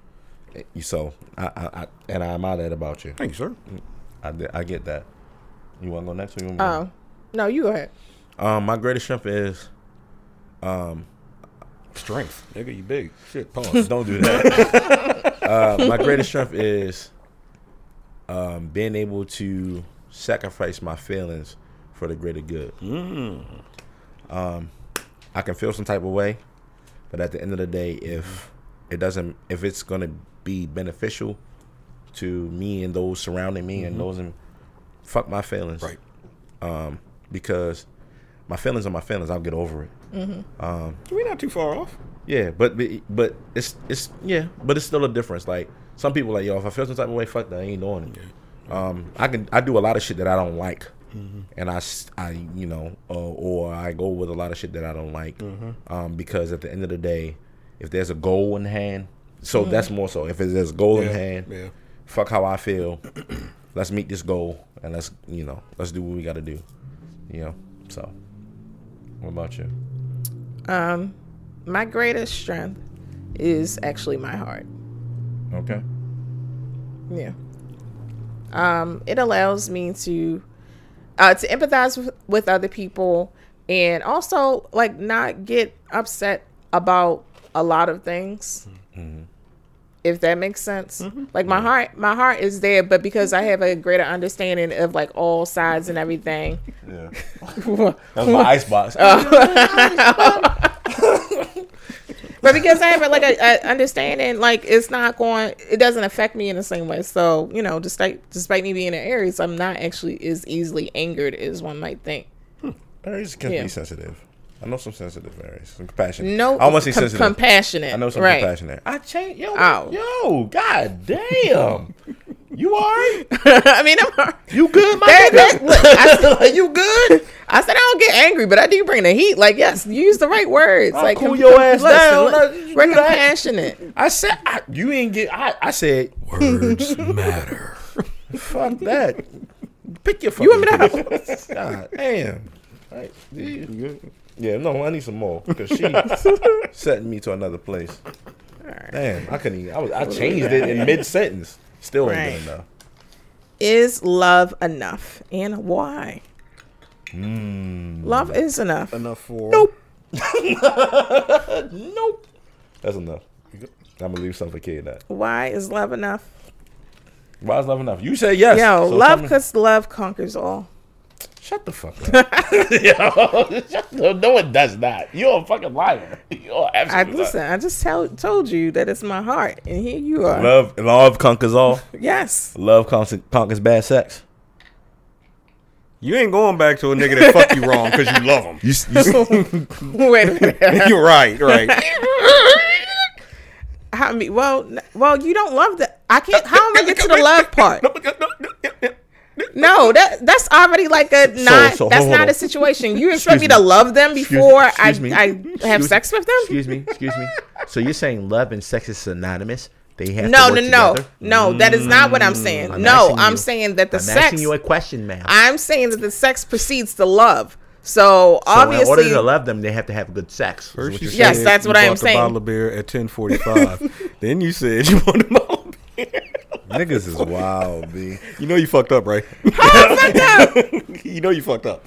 [SPEAKER 3] Eh, you- So, I, I, I and I admire that about you.
[SPEAKER 5] Thank you, sir.
[SPEAKER 3] I, di- I get that. You want to go next? Or you want me to go?
[SPEAKER 6] Oh, no. You go ahead.
[SPEAKER 3] Um, my greatest strength is
[SPEAKER 5] Strength, nigga, you big shit. Pause.
[SPEAKER 3] don't do that. uh, my greatest strength is um, being able to sacrifice my feelings for the greater good. Um, I can feel some type of way, but at the end of the day, if it doesn't, if it's gonna be beneficial to me and those surrounding me and those, in, fuck my feelings, Um,
[SPEAKER 5] right.
[SPEAKER 3] Because my feelings are my feelings. I'll get over it.
[SPEAKER 5] We're not too far off.
[SPEAKER 3] Yeah, but but it's it's yeah, but it's still a difference. Like some people like yo, if I feel some type of way, fuck that, I ain't doing it. Um, I can I do a lot of shit that I don't like,
[SPEAKER 5] Mm-hmm.
[SPEAKER 3] and I s- I you know uh, or I go with a lot of shit that I don't like,
[SPEAKER 5] Mm-hmm.
[SPEAKER 3] um, because at the end of the day, if there's a goal in hand, so that's more so if there's a goal
[SPEAKER 5] Mm. Yeah,
[SPEAKER 3] in hand,
[SPEAKER 5] yeah.
[SPEAKER 3] fuck how I feel, let's meet this goal and let's you know let's do what we got to do, you know. So, what about you?
[SPEAKER 6] My greatest strength is actually my heart.
[SPEAKER 3] Okay.
[SPEAKER 6] Yeah. Um, it allows me to uh, to empathize with, with other people and also like not get upset about a lot of things.
[SPEAKER 3] Mm-hmm.
[SPEAKER 6] If that makes sense. Like my heart my heart is there, but because I have a greater understanding of like all sides and everything.
[SPEAKER 3] Yeah. That was my icebox.
[SPEAKER 6] Uh, But because I have like a, a understanding, like it's not going it doesn't affect me in the same way. So, you know, despite despite me being an Aries, I'm not actually as easily angered as one might think.
[SPEAKER 3] Aries can
[SPEAKER 6] Yeah.
[SPEAKER 3] be sensitive. I know some sensitive Aries, some compassionate.
[SPEAKER 6] No,
[SPEAKER 3] I want to say
[SPEAKER 6] com-
[SPEAKER 3] sensitive.
[SPEAKER 6] compassionate.
[SPEAKER 3] I know some
[SPEAKER 6] right.
[SPEAKER 3] compassionate. I changed. Yo,
[SPEAKER 6] Ow.
[SPEAKER 3] yo, god damn. You alright?
[SPEAKER 6] I mean, I'm.
[SPEAKER 3] You good, my
[SPEAKER 6] That-
[SPEAKER 3] nigga?
[SPEAKER 6] that- look, I said, like, you good? I said, I don't get angry, but I do bring the heat. Like, yes, you use the right words. like,
[SPEAKER 3] cool
[SPEAKER 6] com-
[SPEAKER 3] your ass
[SPEAKER 6] listen,
[SPEAKER 3] down. No,
[SPEAKER 6] look,
[SPEAKER 3] you do
[SPEAKER 6] We're
[SPEAKER 3] that.
[SPEAKER 6] compassionate.
[SPEAKER 3] I said I, you ain't get. I, I said words matter. Fuck that. Pick your fucking. You
[SPEAKER 6] want me to-
[SPEAKER 3] God damn. Like, yeah. Yeah, no, I need some more because she sent me to another place. Damn, I couldn't. Even, I was. I changed it in mid sentence. Still ain't good
[SPEAKER 6] Right.
[SPEAKER 3] enough.
[SPEAKER 6] Is love enough? And why?
[SPEAKER 3] Hmm.
[SPEAKER 6] Love is enough.
[SPEAKER 5] Enough for
[SPEAKER 3] Nope. That's enough. I'm gonna leave something for kid. That
[SPEAKER 6] Why is love enough?
[SPEAKER 3] why is love enough? You say yes.
[SPEAKER 6] Yo,
[SPEAKER 3] so
[SPEAKER 6] love
[SPEAKER 3] tell me-
[SPEAKER 6] because love conquers all.
[SPEAKER 3] Shut the fuck up. Yo, shut the, no one does that. You're a fucking liar. You're
[SPEAKER 6] I
[SPEAKER 3] absolutely.
[SPEAKER 6] listen. I just tell, told you that it's my heart, and here you are.
[SPEAKER 3] Love, love conquers all.
[SPEAKER 6] Yes,
[SPEAKER 3] Love conquers, conquers bad sex.
[SPEAKER 5] You ain't going back to a nigga that fuck you wrong because you love him.
[SPEAKER 3] You, s- you s-
[SPEAKER 6] wait a minute.
[SPEAKER 5] You're right, right.
[SPEAKER 6] How me? Well, n- well, you don't love the. I can't. How am I get to the love part? No, that that's already like a not.
[SPEAKER 3] so,
[SPEAKER 6] that's
[SPEAKER 3] hold
[SPEAKER 6] not
[SPEAKER 3] on.
[SPEAKER 6] a situation. You expect me
[SPEAKER 3] me.
[SPEAKER 6] to love them
[SPEAKER 3] Excuse-
[SPEAKER 6] before I
[SPEAKER 3] excuse me.
[SPEAKER 6] I have
[SPEAKER 3] Excuse-
[SPEAKER 6] sex with them?
[SPEAKER 3] Excuse me, excuse me. So you're saying love and sex is synonymous? They have
[SPEAKER 6] No,
[SPEAKER 3] to
[SPEAKER 6] no,
[SPEAKER 3] work
[SPEAKER 6] no,
[SPEAKER 3] together? Mm,
[SPEAKER 6] no. That is not what I'm saying.
[SPEAKER 3] I'm
[SPEAKER 6] no,
[SPEAKER 3] asking
[SPEAKER 6] I'm
[SPEAKER 3] you.
[SPEAKER 6] saying that the
[SPEAKER 3] I'm
[SPEAKER 6] sex.
[SPEAKER 3] asking you a question, ma'am.
[SPEAKER 6] I'm saying that the sex precedes the love. So,
[SPEAKER 3] So in order
[SPEAKER 6] obviously,
[SPEAKER 3] to love them, they have to have good sex. is what
[SPEAKER 5] First you
[SPEAKER 3] you're
[SPEAKER 5] said
[SPEAKER 3] saying.
[SPEAKER 6] Yes, that's
[SPEAKER 5] you
[SPEAKER 6] what I am
[SPEAKER 5] bought the
[SPEAKER 6] saying.
[SPEAKER 5] bottle of beer at 10:45. then you said you wanted a bottle of beer.
[SPEAKER 9] Niggas is wild, B.
[SPEAKER 5] You know you fucked up, right? you know you fucked up.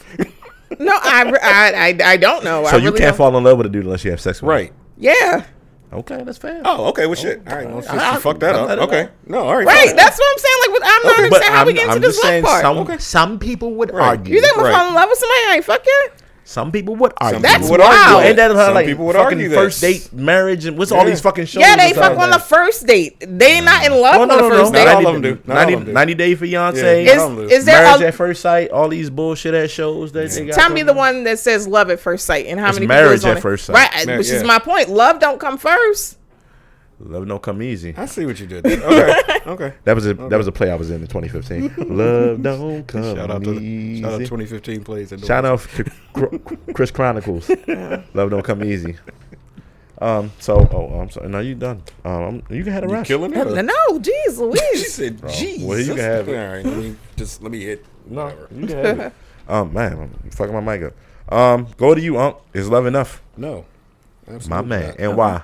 [SPEAKER 6] no, I, I, I, I don't know. I
[SPEAKER 3] So you
[SPEAKER 6] really
[SPEAKER 3] can't
[SPEAKER 6] don't.
[SPEAKER 3] fall in love with a dude unless you have sex with
[SPEAKER 5] Right.
[SPEAKER 3] him.
[SPEAKER 6] Yeah,
[SPEAKER 3] Okay, that's fair.
[SPEAKER 5] Oh, okay. Well, shit. All right. Well, since
[SPEAKER 3] I-
[SPEAKER 5] you fucked that
[SPEAKER 3] I let
[SPEAKER 5] up.
[SPEAKER 3] it
[SPEAKER 5] Okay.
[SPEAKER 3] out.
[SPEAKER 5] No. All right.
[SPEAKER 6] right.
[SPEAKER 5] fine.
[SPEAKER 6] That's what I'm saying. Like, with, I'm not
[SPEAKER 3] but
[SPEAKER 6] understanding how we
[SPEAKER 3] I'm,
[SPEAKER 6] get into
[SPEAKER 3] I'm
[SPEAKER 6] this
[SPEAKER 3] just
[SPEAKER 6] love
[SPEAKER 3] saying
[SPEAKER 6] part.
[SPEAKER 3] some, some people would
[SPEAKER 5] Right.
[SPEAKER 3] argue.
[SPEAKER 6] you think I'm gonna
[SPEAKER 5] Right.
[SPEAKER 6] fall in love with somebody? I ain't fuck you.
[SPEAKER 3] some people would argue.
[SPEAKER 5] Some
[SPEAKER 6] That's
[SPEAKER 5] people would
[SPEAKER 6] wild.
[SPEAKER 5] argue. that.
[SPEAKER 3] Ain't that how,
[SPEAKER 5] Some
[SPEAKER 3] like
[SPEAKER 5] people would
[SPEAKER 3] fucking
[SPEAKER 5] argue that.
[SPEAKER 3] first date marriage and what's all
[SPEAKER 5] Yeah.
[SPEAKER 3] these fucking shows?
[SPEAKER 6] Yeah, they
[SPEAKER 3] and
[SPEAKER 6] fuck
[SPEAKER 3] stuff
[SPEAKER 6] on
[SPEAKER 3] like
[SPEAKER 6] the
[SPEAKER 3] that?
[SPEAKER 6] first date. They not in love
[SPEAKER 3] Oh, No,
[SPEAKER 6] on
[SPEAKER 3] no,
[SPEAKER 6] the
[SPEAKER 3] no,
[SPEAKER 6] first
[SPEAKER 3] no.
[SPEAKER 5] Not
[SPEAKER 6] date.
[SPEAKER 5] all of them do. Not all of them
[SPEAKER 3] 90,
[SPEAKER 5] do.
[SPEAKER 3] 90 Day Fiance,
[SPEAKER 5] Yeah.
[SPEAKER 6] Is,
[SPEAKER 5] Not all of them.
[SPEAKER 6] is there
[SPEAKER 3] Marriage
[SPEAKER 6] a,
[SPEAKER 3] at First Sight, all these bullshit ass shows that they got.
[SPEAKER 6] tell me
[SPEAKER 3] going
[SPEAKER 6] the
[SPEAKER 3] on.
[SPEAKER 6] one that says love at first sight and how many people
[SPEAKER 3] marriage
[SPEAKER 6] is on
[SPEAKER 3] at
[SPEAKER 6] it?
[SPEAKER 3] first sight.
[SPEAKER 6] right?
[SPEAKER 5] Mar-
[SPEAKER 6] which
[SPEAKER 5] yeah.
[SPEAKER 6] is my point. Love don't come first.
[SPEAKER 3] Love don't come easy.
[SPEAKER 5] I see what you did. there. Okay. Okay.
[SPEAKER 3] That was a that was a play I was in in 2015. Love don't come
[SPEAKER 5] Shout out to the,
[SPEAKER 3] easy.
[SPEAKER 5] shout out 2015 plays. and
[SPEAKER 3] Shout out to Cr- Chris Chronicles. Love don't come easy. Um. So, oh, I'm sorry. No, you done. Um, you can have a
[SPEAKER 5] You
[SPEAKER 3] rest.
[SPEAKER 5] killing
[SPEAKER 6] No,
[SPEAKER 5] it.
[SPEAKER 6] no, geez,
[SPEAKER 5] She
[SPEAKER 6] Louise.
[SPEAKER 5] said, "Jeez."
[SPEAKER 3] well, you can have it.
[SPEAKER 5] All right. Let me just let me hit.
[SPEAKER 3] No, you can have it. Um, man, I'm fucking my mic up. Um, go to you, Unc. Is love enough,
[SPEAKER 5] No. Absolutely
[SPEAKER 3] my man?
[SPEAKER 5] not.
[SPEAKER 3] And why?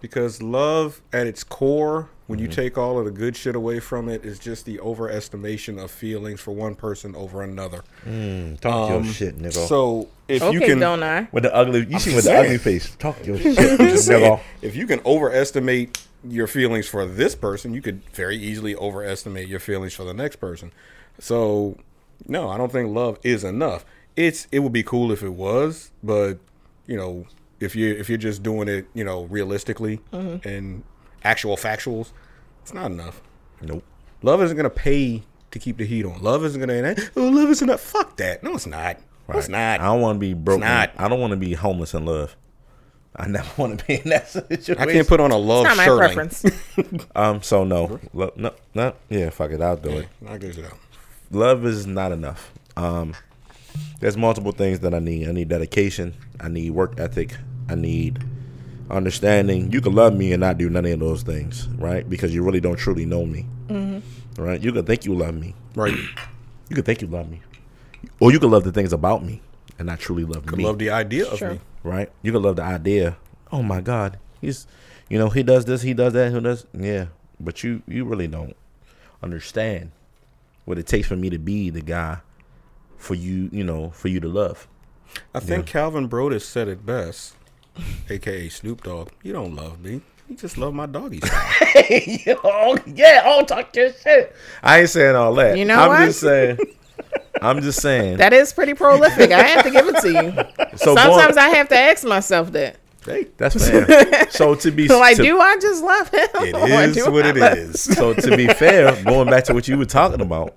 [SPEAKER 5] Because love at its core, when you take all of the good shit away from it, is just the overestimation of feelings for one person over another.
[SPEAKER 3] Talk
[SPEAKER 5] Um,
[SPEAKER 3] your shit, nigga.
[SPEAKER 5] So if you
[SPEAKER 6] Okay,
[SPEAKER 5] can
[SPEAKER 6] don't I?
[SPEAKER 3] with the ugly, you see with the
[SPEAKER 5] saying.
[SPEAKER 3] ugly face. Talk your shit, nigga.
[SPEAKER 5] if you can overestimate your feelings for this person, you could very easily overestimate your feelings for the next person. So, no, I don't think love is enough. It's it would be cool if it was, but you know, if you if you're just doing it, you know, realistically
[SPEAKER 6] Mm-hmm.
[SPEAKER 5] and actual factuals, it's not enough.
[SPEAKER 3] Nope.
[SPEAKER 5] Love isn't gonna pay to keep the heat on. Love isn't gonna. Oh, love isn't enough. Fuck that. No, it's not. No, it's not.
[SPEAKER 3] Right. I don't want to be broke.
[SPEAKER 5] not.
[SPEAKER 3] I don't want to be homeless in love. I never want to be in that situation.
[SPEAKER 5] I can't put on a love
[SPEAKER 6] Not my
[SPEAKER 5] shirt.
[SPEAKER 6] preference.
[SPEAKER 3] Um. So no, Lo- no, no. Yeah, fuck it. I'll do it.
[SPEAKER 5] Knock this shit out.
[SPEAKER 3] Love is not enough. Um. There's multiple things that I need. I need dedication. I need work ethic. I need understanding. You can love me and not do none of those things, right? Because you really don't truly know me, right? You can think you love me.
[SPEAKER 5] Right.
[SPEAKER 3] You can think you love me, or you can love the things about me and not truly love me.
[SPEAKER 5] Love the idea of
[SPEAKER 6] Sure.
[SPEAKER 5] me.
[SPEAKER 3] right? You could love the idea. Oh my God, he's, you know, he does this, he does that, who does? Yeah, but you you really don't understand what it takes for me to be the guy for you, you know, for you to love.
[SPEAKER 5] I think Calvin Brodus said it best, aka Snoop Dogg. You don't love me. You just love my doggy. style."
[SPEAKER 3] oh yeah, oh talk your shit. I ain't saying all that.
[SPEAKER 6] You know
[SPEAKER 3] I'm
[SPEAKER 6] what?
[SPEAKER 3] just saying. I'm just saying.
[SPEAKER 6] that is pretty prolific. I have to give it to you.
[SPEAKER 3] so going-
[SPEAKER 6] Sometimes I have to ask myself that.
[SPEAKER 5] hey,
[SPEAKER 3] that's fair. so to be
[SPEAKER 6] Like,
[SPEAKER 3] to-
[SPEAKER 6] do I just love him? Or
[SPEAKER 5] it is
[SPEAKER 6] do
[SPEAKER 5] what
[SPEAKER 6] Oh, I
[SPEAKER 5] it
[SPEAKER 6] love-
[SPEAKER 5] is.
[SPEAKER 3] so to be fair, going back to what you were talking about,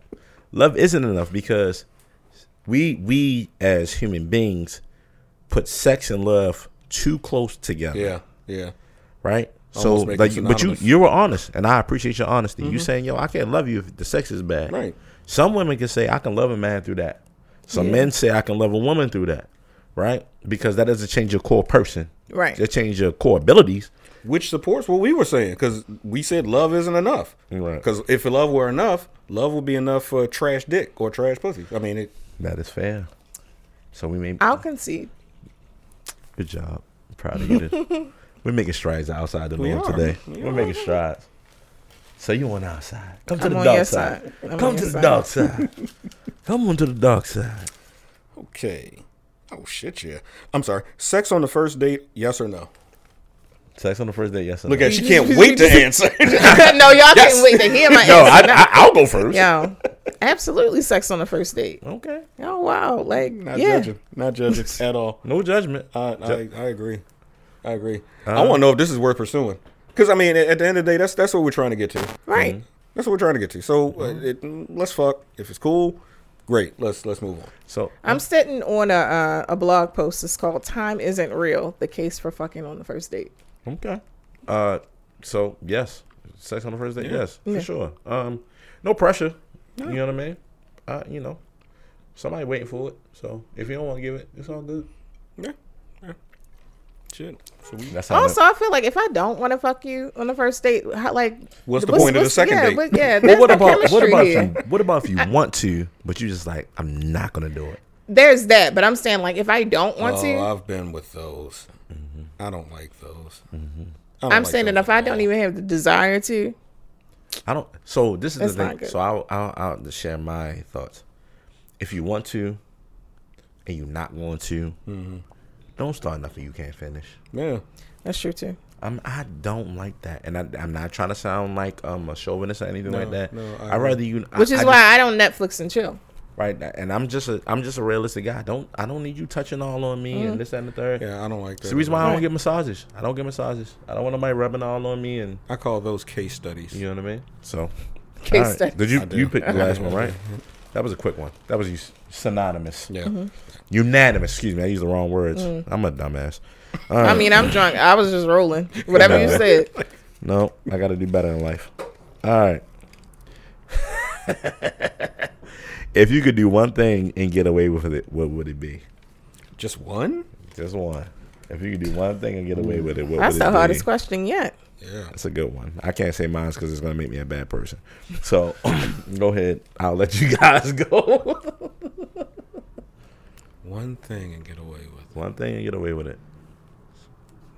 [SPEAKER 3] love isn't enough because we we as human beings put sex and love too close together.
[SPEAKER 5] Yeah, yeah.
[SPEAKER 3] Right? So,
[SPEAKER 5] Almost make
[SPEAKER 3] like,
[SPEAKER 5] them
[SPEAKER 3] but you
[SPEAKER 5] synonymous.
[SPEAKER 3] you were honest, and I appreciate your honesty.
[SPEAKER 6] Mm-hmm.
[SPEAKER 3] You saying, "Yo, I can't love you if the sex is bad."
[SPEAKER 5] Right.
[SPEAKER 3] Some women can say, "I can love a man through that." Some men say, "I can love a woman through that," right? Because that doesn't change your core person.
[SPEAKER 6] Right.
[SPEAKER 3] It changes your core abilities.
[SPEAKER 5] which supports what we were saying because we said love isn't enough.
[SPEAKER 3] Right.
[SPEAKER 5] Because if love were enough, love would be enough for trash dick or trash pussy. I mean, it,
[SPEAKER 3] That is fair. So we made
[SPEAKER 6] I'll concede.
[SPEAKER 3] good job. I'm proud of you. dude. We're making strides outside the
[SPEAKER 5] We
[SPEAKER 3] norm
[SPEAKER 5] are.
[SPEAKER 3] today.
[SPEAKER 5] We
[SPEAKER 3] We're making strides. So you on our side? Come to
[SPEAKER 6] I'm
[SPEAKER 3] the
[SPEAKER 6] on
[SPEAKER 3] dark
[SPEAKER 6] your
[SPEAKER 3] side.
[SPEAKER 6] side. I'm on
[SPEAKER 3] Come to
[SPEAKER 6] your
[SPEAKER 3] the
[SPEAKER 6] side.
[SPEAKER 3] dark side. Come on to the dark side.
[SPEAKER 5] okay. Oh shit, yeah. I'm sorry. Sex on the first date, yes or no?
[SPEAKER 3] Sex on the first date? Yes. Or
[SPEAKER 5] Look
[SPEAKER 3] no?
[SPEAKER 5] at she can't wait to answer.
[SPEAKER 6] no, y'all can't wait to hear my
[SPEAKER 3] No, I,
[SPEAKER 6] answer.
[SPEAKER 3] I, I'll go first.
[SPEAKER 6] Yo, absolutely sex on the first date.
[SPEAKER 3] Okay.
[SPEAKER 6] Oh wow, like
[SPEAKER 5] Not
[SPEAKER 6] yeah,
[SPEAKER 5] judging. Not judging at all.
[SPEAKER 3] No judgment. Uh,
[SPEAKER 5] I, I, I agree. I agree.
[SPEAKER 3] Uh-huh.
[SPEAKER 5] I want to know if this is worth pursuing. Because I mean, at, at the end of the day, that's that's what we're trying to get to.
[SPEAKER 6] right.
[SPEAKER 5] That's what we're trying to get to. So uh, it,
[SPEAKER 3] Mm-hmm.
[SPEAKER 5] let's fuck. If it's cool, great. Let's let's move on.
[SPEAKER 3] so
[SPEAKER 6] I'm sitting on a uh, a blog post. It's called "Time Isn't Real: The Case for Fucking on the First Date."
[SPEAKER 3] okay. Uh, so yes, sex on the first date. Yes, for sure. Um, no pressure. You know what I mean? Uh, you know, somebody waiting for it. So if you don't want to give it, it's all good.
[SPEAKER 5] Yeah. yeah. Shit. So we
[SPEAKER 3] That's how.
[SPEAKER 6] Also, I feel like if I don't want to fuck you on the first date, how, like
[SPEAKER 5] What's the point of the second
[SPEAKER 6] yeah,
[SPEAKER 5] date?
[SPEAKER 6] But, yeah,
[SPEAKER 3] Well,
[SPEAKER 6] there's
[SPEAKER 3] what
[SPEAKER 6] no
[SPEAKER 3] about what
[SPEAKER 6] chemistry
[SPEAKER 3] about if
[SPEAKER 6] here.
[SPEAKER 3] you, what about if you want to, but you just like I'm not gonna do it.
[SPEAKER 6] There's that, but I'm saying like if I don't want to,
[SPEAKER 5] Oh, I've been with those.
[SPEAKER 3] Mm-hmm.
[SPEAKER 5] I don't like those. I don't
[SPEAKER 6] I'm
[SPEAKER 5] like
[SPEAKER 6] saying
[SPEAKER 5] those
[SPEAKER 6] that if I
[SPEAKER 5] at
[SPEAKER 6] don't
[SPEAKER 5] all.
[SPEAKER 6] even have the desire to,
[SPEAKER 3] I don't. So this is
[SPEAKER 6] That's
[SPEAKER 3] the
[SPEAKER 6] not
[SPEAKER 3] thing.
[SPEAKER 6] good.
[SPEAKER 3] So I'll, I'll I'll just share my thoughts. If you want to, and you're not going to,
[SPEAKER 5] Mm-hmm.
[SPEAKER 3] don't start nothing you can't finish.
[SPEAKER 5] yeah,
[SPEAKER 6] that's true too.
[SPEAKER 3] I'm, I don't like that, and I, I'm not trying to sound like um, a chauvinist or anything like that.
[SPEAKER 5] no, I
[SPEAKER 3] I would rather you,
[SPEAKER 6] Which is
[SPEAKER 3] I, I
[SPEAKER 6] why
[SPEAKER 3] just-
[SPEAKER 6] I don't Netflix and chill.
[SPEAKER 3] right? And I'm just a I'm just a realistic guy. Don't I don't need you touching all on me
[SPEAKER 6] Mm-hmm.
[SPEAKER 3] and this that, and the third.
[SPEAKER 5] yeah, I don't like that.
[SPEAKER 3] It's the reason why I
[SPEAKER 5] either.
[SPEAKER 3] don't get massages. I don't get massages. I don't want nobody rubbing all on me, and
[SPEAKER 5] I call those case studies.
[SPEAKER 3] you know what I mean. So,
[SPEAKER 6] Case
[SPEAKER 3] all right.
[SPEAKER 6] study.
[SPEAKER 3] did you
[SPEAKER 5] do.
[SPEAKER 3] you picked the last one right? That was a quick one. That was us- synonymous,
[SPEAKER 5] Yeah.
[SPEAKER 6] Mm-hmm.
[SPEAKER 3] unanimous. Excuse me, I used the wrong words.
[SPEAKER 6] Mm.
[SPEAKER 3] I'm a dumbass. All
[SPEAKER 6] I
[SPEAKER 3] right.
[SPEAKER 6] mean, I'm drunk. I was just rolling. Whatever you
[SPEAKER 3] No.
[SPEAKER 6] said.
[SPEAKER 3] No, I got to do better in life. All right. if you could do one thing and get away with it, what would it be?
[SPEAKER 5] Just one?
[SPEAKER 3] Just one. If you could do one thing and get away with it, what
[SPEAKER 6] That's
[SPEAKER 3] would it
[SPEAKER 6] the
[SPEAKER 3] be?
[SPEAKER 6] hardest question yet.
[SPEAKER 5] Yeah.
[SPEAKER 3] That's a good one. I can't say mine because it's going to make me a bad person. So go ahead. I'll let you guys go.
[SPEAKER 5] One thing and get away with
[SPEAKER 3] one thing and get away with it.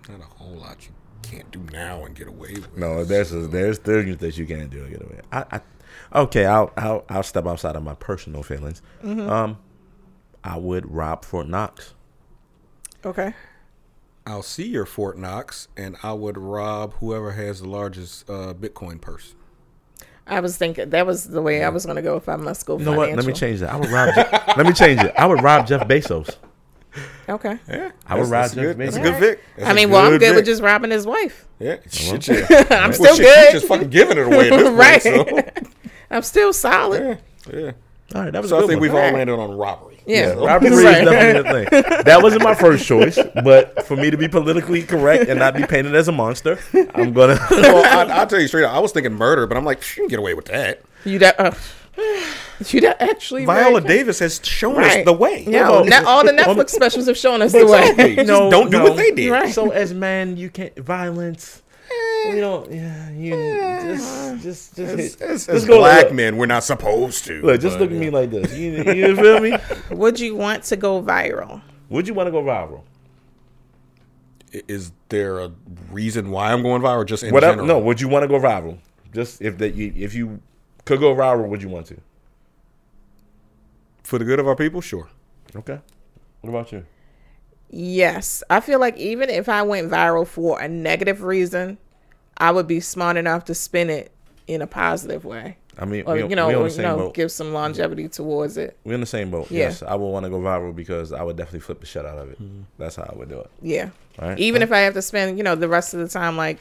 [SPEAKER 5] it. Not a whole lot you can't do now and get away with.
[SPEAKER 3] No, there's there's things that you can't do and get away. I, I okay, I'll I'll I'll step outside of my personal feelings.
[SPEAKER 6] Mm-hmm.
[SPEAKER 3] Um, I would rob Fort Knox.
[SPEAKER 6] Okay.
[SPEAKER 5] I'll see your Fort Knox and I would rob whoever has the largest uh, Bitcoin purse.
[SPEAKER 6] I was thinking that was the way I was going to go if I must go.
[SPEAKER 3] You know
[SPEAKER 6] financial.
[SPEAKER 3] what? Let me change that. I would rob. Je- let me change it. I would rob Jeff Bezos.
[SPEAKER 6] Okay.
[SPEAKER 5] Yeah.
[SPEAKER 3] I
[SPEAKER 5] that's-
[SPEAKER 3] would ride
[SPEAKER 5] that's
[SPEAKER 3] Jeff
[SPEAKER 5] good. That's a
[SPEAKER 3] Bezos.
[SPEAKER 5] good Vic. That's
[SPEAKER 6] I
[SPEAKER 5] a
[SPEAKER 6] mean, well, I'm good
[SPEAKER 5] Vic.
[SPEAKER 6] with just robbing his wife.
[SPEAKER 5] Yeah. Shit, yeah.
[SPEAKER 6] I'm
[SPEAKER 5] Well,
[SPEAKER 6] still
[SPEAKER 5] shit, you
[SPEAKER 6] good.
[SPEAKER 5] just fucking giving it away at this point,
[SPEAKER 6] Right.
[SPEAKER 5] so.
[SPEAKER 6] I'm still solid. Yeah.
[SPEAKER 5] Yeah. yeah.
[SPEAKER 3] All right, that was.
[SPEAKER 5] So
[SPEAKER 3] a
[SPEAKER 5] I
[SPEAKER 3] good
[SPEAKER 5] think
[SPEAKER 3] one.
[SPEAKER 5] we've all
[SPEAKER 6] Right.
[SPEAKER 5] landed on robbery.
[SPEAKER 3] Robbery is
[SPEAKER 6] Right.
[SPEAKER 3] definitely the thing. That wasn't my first choice, but for me to be politically correct and not be painted as a monster, I'm gonna.
[SPEAKER 5] well, I, I'll tell you straight up. I was thinking murder, but I'm like, "Psh, you can get away with that.
[SPEAKER 6] You da- uh, you da- actually
[SPEAKER 5] Viola
[SPEAKER 6] very-
[SPEAKER 5] Davis has shown
[SPEAKER 6] Right.
[SPEAKER 5] us the way.
[SPEAKER 6] No,
[SPEAKER 3] Well,
[SPEAKER 6] not all the
[SPEAKER 3] well,
[SPEAKER 6] Netflix specials have shown us the
[SPEAKER 5] Exactly.
[SPEAKER 6] way.
[SPEAKER 5] Just don't do what they did.
[SPEAKER 6] Right.
[SPEAKER 3] So as men, you can't violence. You don't. Yeah, you
[SPEAKER 6] Eh.
[SPEAKER 3] just just just
[SPEAKER 5] As,
[SPEAKER 3] hit.
[SPEAKER 5] as,
[SPEAKER 3] Let's
[SPEAKER 5] as
[SPEAKER 3] go
[SPEAKER 5] black
[SPEAKER 3] look.
[SPEAKER 5] men, we're not supposed to.
[SPEAKER 3] Look, just
[SPEAKER 5] but-
[SPEAKER 3] look at me like this. You, you feel me?
[SPEAKER 6] Would you want to go viral?
[SPEAKER 3] Would you want to go viral?
[SPEAKER 5] I- Is there a reason why I'm going viral? Just in
[SPEAKER 3] What
[SPEAKER 5] general?
[SPEAKER 3] no, would you want to go viral? Just if that you if you could go viral, would you want to?
[SPEAKER 5] For the good of our people, sure.
[SPEAKER 3] Okay. What about you?
[SPEAKER 6] Yes. I feel like even if I went viral for a negative reason, I would be smart enough to spin it in a positive way.
[SPEAKER 3] I mean,
[SPEAKER 6] Or,
[SPEAKER 3] we,
[SPEAKER 6] you know,
[SPEAKER 3] we on
[SPEAKER 6] or,
[SPEAKER 3] the
[SPEAKER 6] you
[SPEAKER 3] same
[SPEAKER 6] know
[SPEAKER 3] boat.
[SPEAKER 6] give some longevity towards it.
[SPEAKER 3] We're in the same boat.
[SPEAKER 6] Yeah.
[SPEAKER 3] Yes, I would want to go viral because I would definitely flip the shit out of it.
[SPEAKER 5] Mm-hmm.
[SPEAKER 3] That's how I would do it.
[SPEAKER 6] Yeah.
[SPEAKER 3] All right.
[SPEAKER 6] Even if I have to spend, you know, the rest of the time like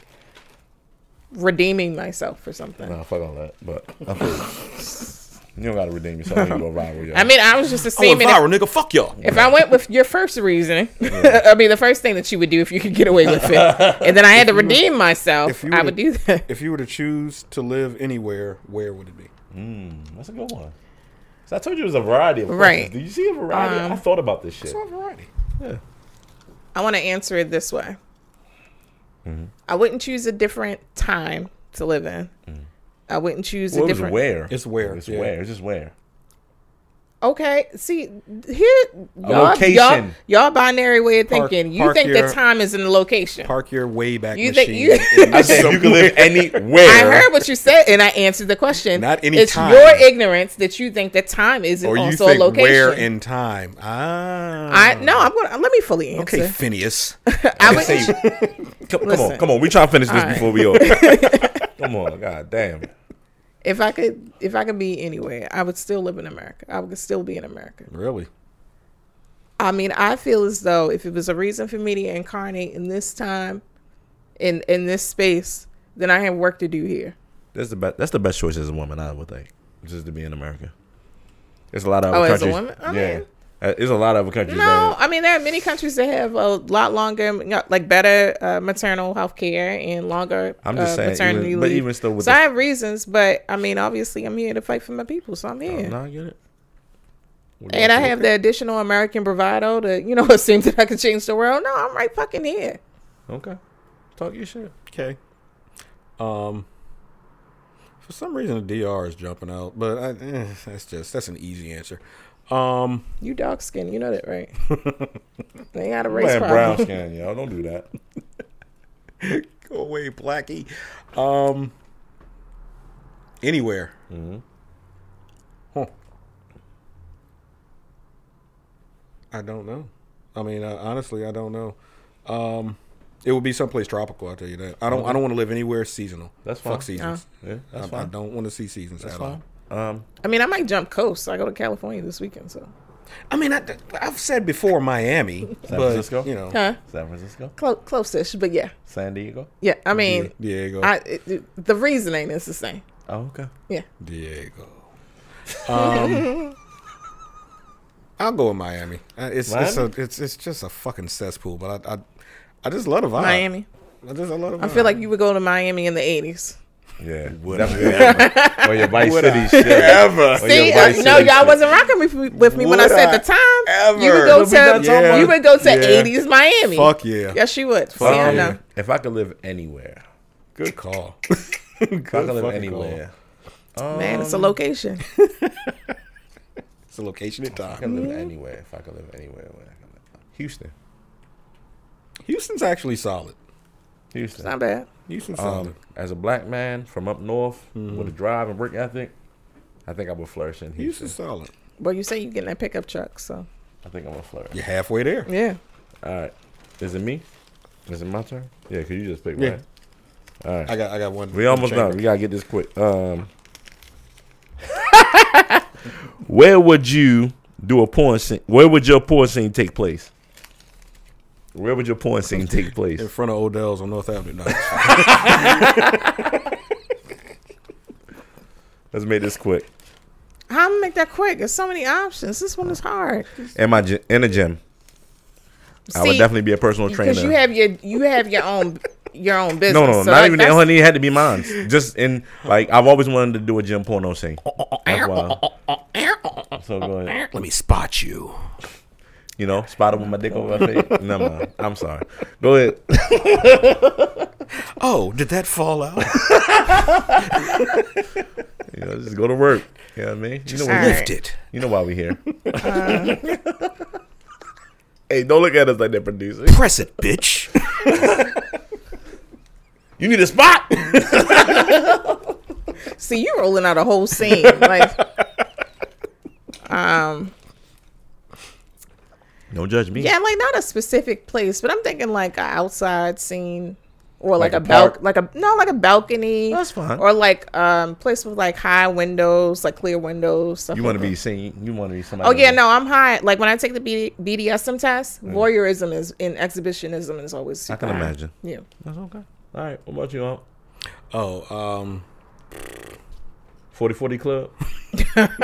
[SPEAKER 6] redeeming myself for something.
[SPEAKER 3] No, fuck all that. But I feel you. You don't gotta redeem yourself. You go viral, yo.
[SPEAKER 6] I mean, I was just
[SPEAKER 7] I'm
[SPEAKER 6] assuming
[SPEAKER 7] viral,
[SPEAKER 6] if,
[SPEAKER 7] nigga. Fuck y'all.
[SPEAKER 6] if I went with your first reason, I mean, the first thing that you would do if you could get away with it, and then I had to redeem myself,
[SPEAKER 5] if you
[SPEAKER 6] I
[SPEAKER 5] would've-
[SPEAKER 6] would do that.
[SPEAKER 5] If you were to choose to live anywhere, where would it be?
[SPEAKER 3] That's a good one. So I told you it was a variety of
[SPEAKER 6] Right. Um,
[SPEAKER 3] questions. Did you see a variety? I thought about this shit.
[SPEAKER 5] variety.
[SPEAKER 6] I want to answer it this way.
[SPEAKER 5] Mm-hmm.
[SPEAKER 6] I wouldn't choose a different time to live in. I wouldn't choose
[SPEAKER 3] Well,
[SPEAKER 6] a
[SPEAKER 3] it was
[SPEAKER 6] different.
[SPEAKER 3] where.
[SPEAKER 5] It's Mm-hmm. where,
[SPEAKER 3] It's
[SPEAKER 5] yeah.
[SPEAKER 3] where. It's just where.
[SPEAKER 6] Okay, see here, y'all,
[SPEAKER 3] location.
[SPEAKER 6] y'all, y'all binary way of
[SPEAKER 5] Park-
[SPEAKER 6] thinking. you
[SPEAKER 5] park
[SPEAKER 6] think
[SPEAKER 5] your-
[SPEAKER 6] that time is in the location.
[SPEAKER 5] Park your way back
[SPEAKER 6] You
[SPEAKER 5] machine.
[SPEAKER 6] think you-
[SPEAKER 5] in
[SPEAKER 3] I said you can live anywhere.
[SPEAKER 6] I heard what you said, and I answered the question.
[SPEAKER 5] Not any
[SPEAKER 6] It's
[SPEAKER 5] time.
[SPEAKER 6] your ignorance that you think that time is
[SPEAKER 5] or you
[SPEAKER 6] also
[SPEAKER 5] think
[SPEAKER 6] a location.
[SPEAKER 5] where in time? Ah,
[SPEAKER 6] I no, I'm gonna let me fully answer.
[SPEAKER 5] okay, Phineas.
[SPEAKER 6] I
[SPEAKER 3] Come,
[SPEAKER 6] would,
[SPEAKER 3] come on,
[SPEAKER 6] Listen.
[SPEAKER 3] come on. We trying to finish this
[SPEAKER 6] Alright.
[SPEAKER 3] before we all. come on, god damn.
[SPEAKER 6] if I could, if I could be anywhere, I would still live in America. I would still be in America.
[SPEAKER 5] really?
[SPEAKER 6] I mean, I feel as though if it was a reason for me to incarnate in this time, in in this space, then I have work to do here.
[SPEAKER 3] That's the best. That's the best choice as a woman, I would think, just to be in America. There's a lot of
[SPEAKER 6] Oh,
[SPEAKER 3] other
[SPEAKER 6] as a
[SPEAKER 3] countries.
[SPEAKER 6] woman? I
[SPEAKER 3] yeah,
[SPEAKER 6] mean-
[SPEAKER 3] Uh, there's a lot of other countries.
[SPEAKER 6] No, I mean there are many countries that have a lot longer, like better uh, maternal health care and longer
[SPEAKER 3] I'm just
[SPEAKER 6] uh,
[SPEAKER 3] saying,
[SPEAKER 6] maternity
[SPEAKER 3] even-
[SPEAKER 6] leave.
[SPEAKER 3] but even still with
[SPEAKER 6] so
[SPEAKER 3] the-
[SPEAKER 6] I have reasons, but I mean obviously I'm here to fight for my people, so I'm
[SPEAKER 3] That,
[SPEAKER 6] here.
[SPEAKER 3] no, I get it. What do you
[SPEAKER 6] and I
[SPEAKER 3] think?
[SPEAKER 6] have the additional American bravado to you know assume that I could change the world. No, I'm right fucking here.
[SPEAKER 3] okay. Talk your shit.
[SPEAKER 5] Okay. Um, for some reason the DR is jumping out, but I, eh, that's just that's an easy answer. Um,
[SPEAKER 6] You dark skin, you know that, right? they got a race
[SPEAKER 3] Man,
[SPEAKER 6] problem.
[SPEAKER 3] brown skin, y'all don't do that.
[SPEAKER 5] go away, Blackie. Um, anywhere.
[SPEAKER 3] Mm-hmm.
[SPEAKER 5] Huh. I don't know. I mean, uh, honestly, I don't know. Um, it would be someplace tropical. I'll tell you that. I don't. I don't want to live anywhere seasonal.
[SPEAKER 3] That's fine.
[SPEAKER 5] Fuck seasons.
[SPEAKER 6] Oh.
[SPEAKER 3] Yeah, that's
[SPEAKER 5] I, I
[SPEAKER 3] fine.
[SPEAKER 5] don't want to see seasons at all.
[SPEAKER 3] Um,
[SPEAKER 6] I mean, I might jump coast. I go to California this weekend, so
[SPEAKER 5] I mean, I, have said before Miami, but
[SPEAKER 3] Francisco?
[SPEAKER 5] you know,
[SPEAKER 6] huh?
[SPEAKER 3] San Francisco,
[SPEAKER 6] Close, close-ish, but yeah,
[SPEAKER 3] San Diego.
[SPEAKER 6] yeah. I mean,
[SPEAKER 5] Diego,
[SPEAKER 6] I it, it- the reasoning is the same.
[SPEAKER 3] Oh, okay.
[SPEAKER 6] Yeah.
[SPEAKER 5] Diego. Um, I'll go with Miami. Uh, It's it's a,
[SPEAKER 3] Miami?
[SPEAKER 5] it's it's just a fucking cesspool, but I I, I just love the vibe.
[SPEAKER 6] Miami.
[SPEAKER 5] I just I love. The
[SPEAKER 6] I
[SPEAKER 5] vibe.
[SPEAKER 6] feel like you would go to Miami in the 80s.
[SPEAKER 3] Yeah, definitely. Or your Vice City shit.
[SPEAKER 5] Oh,
[SPEAKER 3] Or your
[SPEAKER 6] See,
[SPEAKER 3] Vice
[SPEAKER 6] uh, no,
[SPEAKER 3] City
[SPEAKER 6] y'all
[SPEAKER 3] shit.
[SPEAKER 6] wasn't rocking with me, with me when I
[SPEAKER 5] Would
[SPEAKER 6] said
[SPEAKER 5] I
[SPEAKER 6] the time. You would
[SPEAKER 5] ever?
[SPEAKER 6] go
[SPEAKER 5] But we not
[SPEAKER 6] to
[SPEAKER 5] talking about-
[SPEAKER 6] you would go to
[SPEAKER 5] Yeah.
[SPEAKER 6] 80s Miami.
[SPEAKER 5] Fuck yeah.
[SPEAKER 6] Yes, you would. See,
[SPEAKER 3] Um,
[SPEAKER 6] I know.
[SPEAKER 3] If I could live anywhere,
[SPEAKER 5] good call.
[SPEAKER 3] if I could live anywhere,
[SPEAKER 6] Man, it's a location.
[SPEAKER 5] It's a location and
[SPEAKER 3] I
[SPEAKER 5] time.
[SPEAKER 3] could live anywhere. If I could live anywhere, where I could live. Houston,
[SPEAKER 5] Houston's actually solid.
[SPEAKER 3] Houston.
[SPEAKER 6] Not bad.
[SPEAKER 5] Houston's
[SPEAKER 3] Um,
[SPEAKER 5] solid.
[SPEAKER 3] as a black man from up north with a drive and work ethic, I think I would flourish in Houston.
[SPEAKER 5] Houston's solid.
[SPEAKER 6] Well, you say you're getting that pickup truck, so
[SPEAKER 3] I think I'm gonna flourish.
[SPEAKER 5] You're halfway there.
[SPEAKER 6] yeah.
[SPEAKER 3] All right, is it me? Is it my turn? Yeah, cause you just picked
[SPEAKER 5] Yeah.
[SPEAKER 3] right.
[SPEAKER 5] I got I got one.
[SPEAKER 3] We almost
[SPEAKER 5] chamber.
[SPEAKER 3] done. We gotta get this quick. Um, where would you do a porn scene? Where would your porn scene take place? Where would your porn scene take place?
[SPEAKER 5] in front of Odell's on North Avenue. No.
[SPEAKER 3] Let's make this quick.
[SPEAKER 6] How am I make that quick? There's so many options. This one is hard.
[SPEAKER 3] In my gy- in the gym, I would
[SPEAKER 6] See,
[SPEAKER 3] definitely be a personal trainer.
[SPEAKER 6] because you have your you have your own your own business.
[SPEAKER 3] no, no,
[SPEAKER 6] So,
[SPEAKER 3] not
[SPEAKER 6] like,
[SPEAKER 3] even. That, it
[SPEAKER 6] that's-
[SPEAKER 3] don't even had to be mine. Just in like I've always wanted to do a gym porno scene. That's why. So go ahead.
[SPEAKER 7] Let me spot you.
[SPEAKER 3] You know, spot him with my dick over my face. No, mind. I'm sorry. Go ahead.
[SPEAKER 7] Oh, did that fall out?
[SPEAKER 3] You know, just go to work. You know what I mean? You know what
[SPEAKER 6] All right. Uh-huh.
[SPEAKER 7] Lift it.
[SPEAKER 3] You know why we here. hey, don't look at us like that, producer.
[SPEAKER 7] Press it, bitch.
[SPEAKER 3] You need a spot.
[SPEAKER 6] See, you rolling out a whole scene. Like, um,
[SPEAKER 3] Don't judge me.
[SPEAKER 6] yeah, like not a specific place, but I'm thinking like an outside scene or like,
[SPEAKER 3] Like
[SPEAKER 6] a,
[SPEAKER 3] a
[SPEAKER 6] bal
[SPEAKER 3] park?
[SPEAKER 6] like a no, like a balcony.
[SPEAKER 3] That's fine.
[SPEAKER 6] Or like um, place with like high windows, like clear windows. Stuff
[SPEAKER 3] You want to
[SPEAKER 6] like
[SPEAKER 3] be
[SPEAKER 6] that.
[SPEAKER 3] seen. You want to be somebody.
[SPEAKER 6] Oh yeah, no, I'm high. Like when I take the B- BDSM test, voyeurism is in exhibitionism is always.
[SPEAKER 3] Mm. I
[SPEAKER 6] Super
[SPEAKER 3] can
[SPEAKER 6] high.
[SPEAKER 3] imagine.
[SPEAKER 6] Yeah.
[SPEAKER 3] That's okay. All right. What about you, Aunt?
[SPEAKER 5] oh, um,
[SPEAKER 3] 40 40 Club? type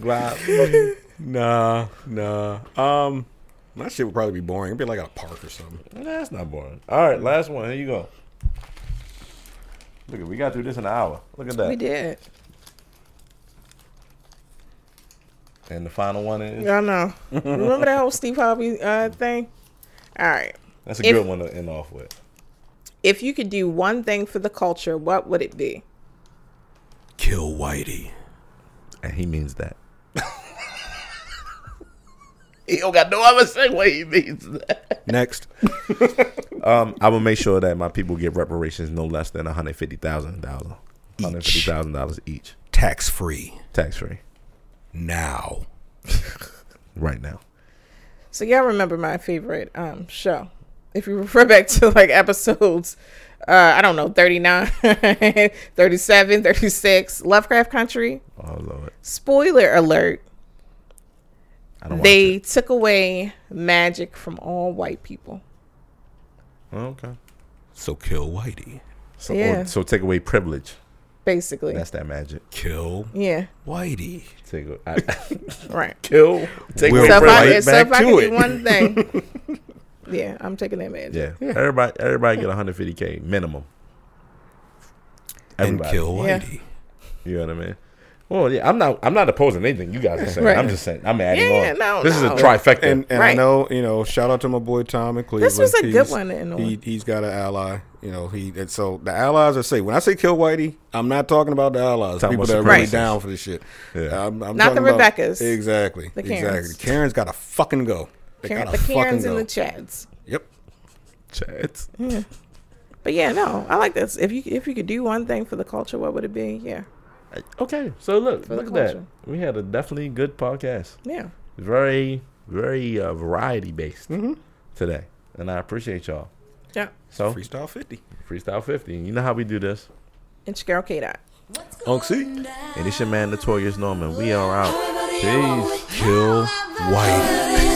[SPEAKER 3] vibe.
[SPEAKER 5] Nah, nah. Um, my shit would probably be boring. It'd be like at a park or something.
[SPEAKER 3] nah, that's not boring. All right, last one. Here you go. Look, at we got through this in an hour. Look at that.
[SPEAKER 6] We did.
[SPEAKER 3] And the final one is
[SPEAKER 6] I know. Remember that whole Steve Harvey uh, thing? All right.
[SPEAKER 3] that's a
[SPEAKER 6] If-
[SPEAKER 3] good one to end off with.
[SPEAKER 6] If you could do one thing for the culture, what would it be?
[SPEAKER 7] Kill Whitey.
[SPEAKER 3] And he means that.
[SPEAKER 9] He don't got no other segue he means that.
[SPEAKER 5] Next.
[SPEAKER 3] Um, I will make sure that my people get reparations no less than one hundred fifty thousand dollars. One hundred fifty thousand dollars each,
[SPEAKER 7] Tax free.
[SPEAKER 3] tax free,
[SPEAKER 7] Now.
[SPEAKER 3] right now.
[SPEAKER 6] So y'all remember my favorite um show. If you refer back to like episodes uh I don't know 39, 37, 36, Lovecraft Country.
[SPEAKER 3] Oh lord,
[SPEAKER 6] Spoiler alert,
[SPEAKER 3] I don't.
[SPEAKER 6] they took away magic from all white people.
[SPEAKER 3] watch it. Oh, okay.
[SPEAKER 7] So kill Whitey.
[SPEAKER 3] So,
[SPEAKER 6] Yeah.
[SPEAKER 3] or, so take away privilege.
[SPEAKER 6] Basically.
[SPEAKER 3] That's that magic.
[SPEAKER 7] Kill
[SPEAKER 6] yeah,
[SPEAKER 7] Whitey.
[SPEAKER 3] Take away. I-
[SPEAKER 6] right.
[SPEAKER 3] Kill. Take
[SPEAKER 5] Will
[SPEAKER 3] away
[SPEAKER 6] So if I,
[SPEAKER 3] privilege.
[SPEAKER 6] so if
[SPEAKER 5] back
[SPEAKER 6] I
[SPEAKER 5] to
[SPEAKER 6] could
[SPEAKER 5] it.
[SPEAKER 6] do one thing, yeah, I'm taking that magic.
[SPEAKER 3] Yeah. Everybody. Everybody get one hundred fifty k minimum.
[SPEAKER 7] And
[SPEAKER 3] Everybody.
[SPEAKER 7] kill
[SPEAKER 6] Yeah.
[SPEAKER 7] Whitey.
[SPEAKER 3] You know what I mean? Well, yeah, I'm not. I'm not opposing anything you guys are saying.
[SPEAKER 6] Right.
[SPEAKER 3] I'm just saying. I'm adding
[SPEAKER 6] Yeah,
[SPEAKER 3] on.
[SPEAKER 6] no,
[SPEAKER 3] this
[SPEAKER 6] no.
[SPEAKER 3] is a trifecta.
[SPEAKER 5] And, and I
[SPEAKER 6] Right.
[SPEAKER 5] know, you know, shout out to my boy Tom in Cleveland.
[SPEAKER 6] This was a good
[SPEAKER 5] He's-
[SPEAKER 6] one to end on.
[SPEAKER 5] He, he's got an ally. You know, he and so the allies are safe. When I say kill Whitey, I'm not talking about the allies, the
[SPEAKER 3] Talking
[SPEAKER 5] people
[SPEAKER 3] about
[SPEAKER 5] that are really
[SPEAKER 6] supremacists.
[SPEAKER 5] down for this shit.
[SPEAKER 3] Yeah.
[SPEAKER 5] I'm, I'm
[SPEAKER 6] Not the
[SPEAKER 5] talking about-
[SPEAKER 6] Rebeccas.
[SPEAKER 5] Exactly.
[SPEAKER 6] The Karens.
[SPEAKER 5] Exactly. Karen's got to fucking go. They
[SPEAKER 6] Karen,
[SPEAKER 5] gotta
[SPEAKER 6] the
[SPEAKER 5] fucking
[SPEAKER 6] Karens
[SPEAKER 5] go.
[SPEAKER 6] and the Chads.
[SPEAKER 5] Yep.
[SPEAKER 3] Chats.
[SPEAKER 6] But yeah, no, I like this. If you if you could do one thing for the culture, what would it be? Yeah,
[SPEAKER 3] Okay, so look,
[SPEAKER 6] the
[SPEAKER 3] look at that.
[SPEAKER 6] culture.
[SPEAKER 3] We had a definitely good podcast.
[SPEAKER 6] yeah.
[SPEAKER 3] Very, very uh, variety based
[SPEAKER 6] Mm-hmm.
[SPEAKER 3] today, and I appreciate y'all.
[SPEAKER 6] Yeah.
[SPEAKER 3] So
[SPEAKER 5] Freestyle 50.
[SPEAKER 3] freestyle fifty. You know how we do this.
[SPEAKER 6] And Shakira K. Dot.
[SPEAKER 3] Unc C. And it's your man, Notorious Norman. We are out. Peace.
[SPEAKER 7] Kill Whitey.
[SPEAKER 4] However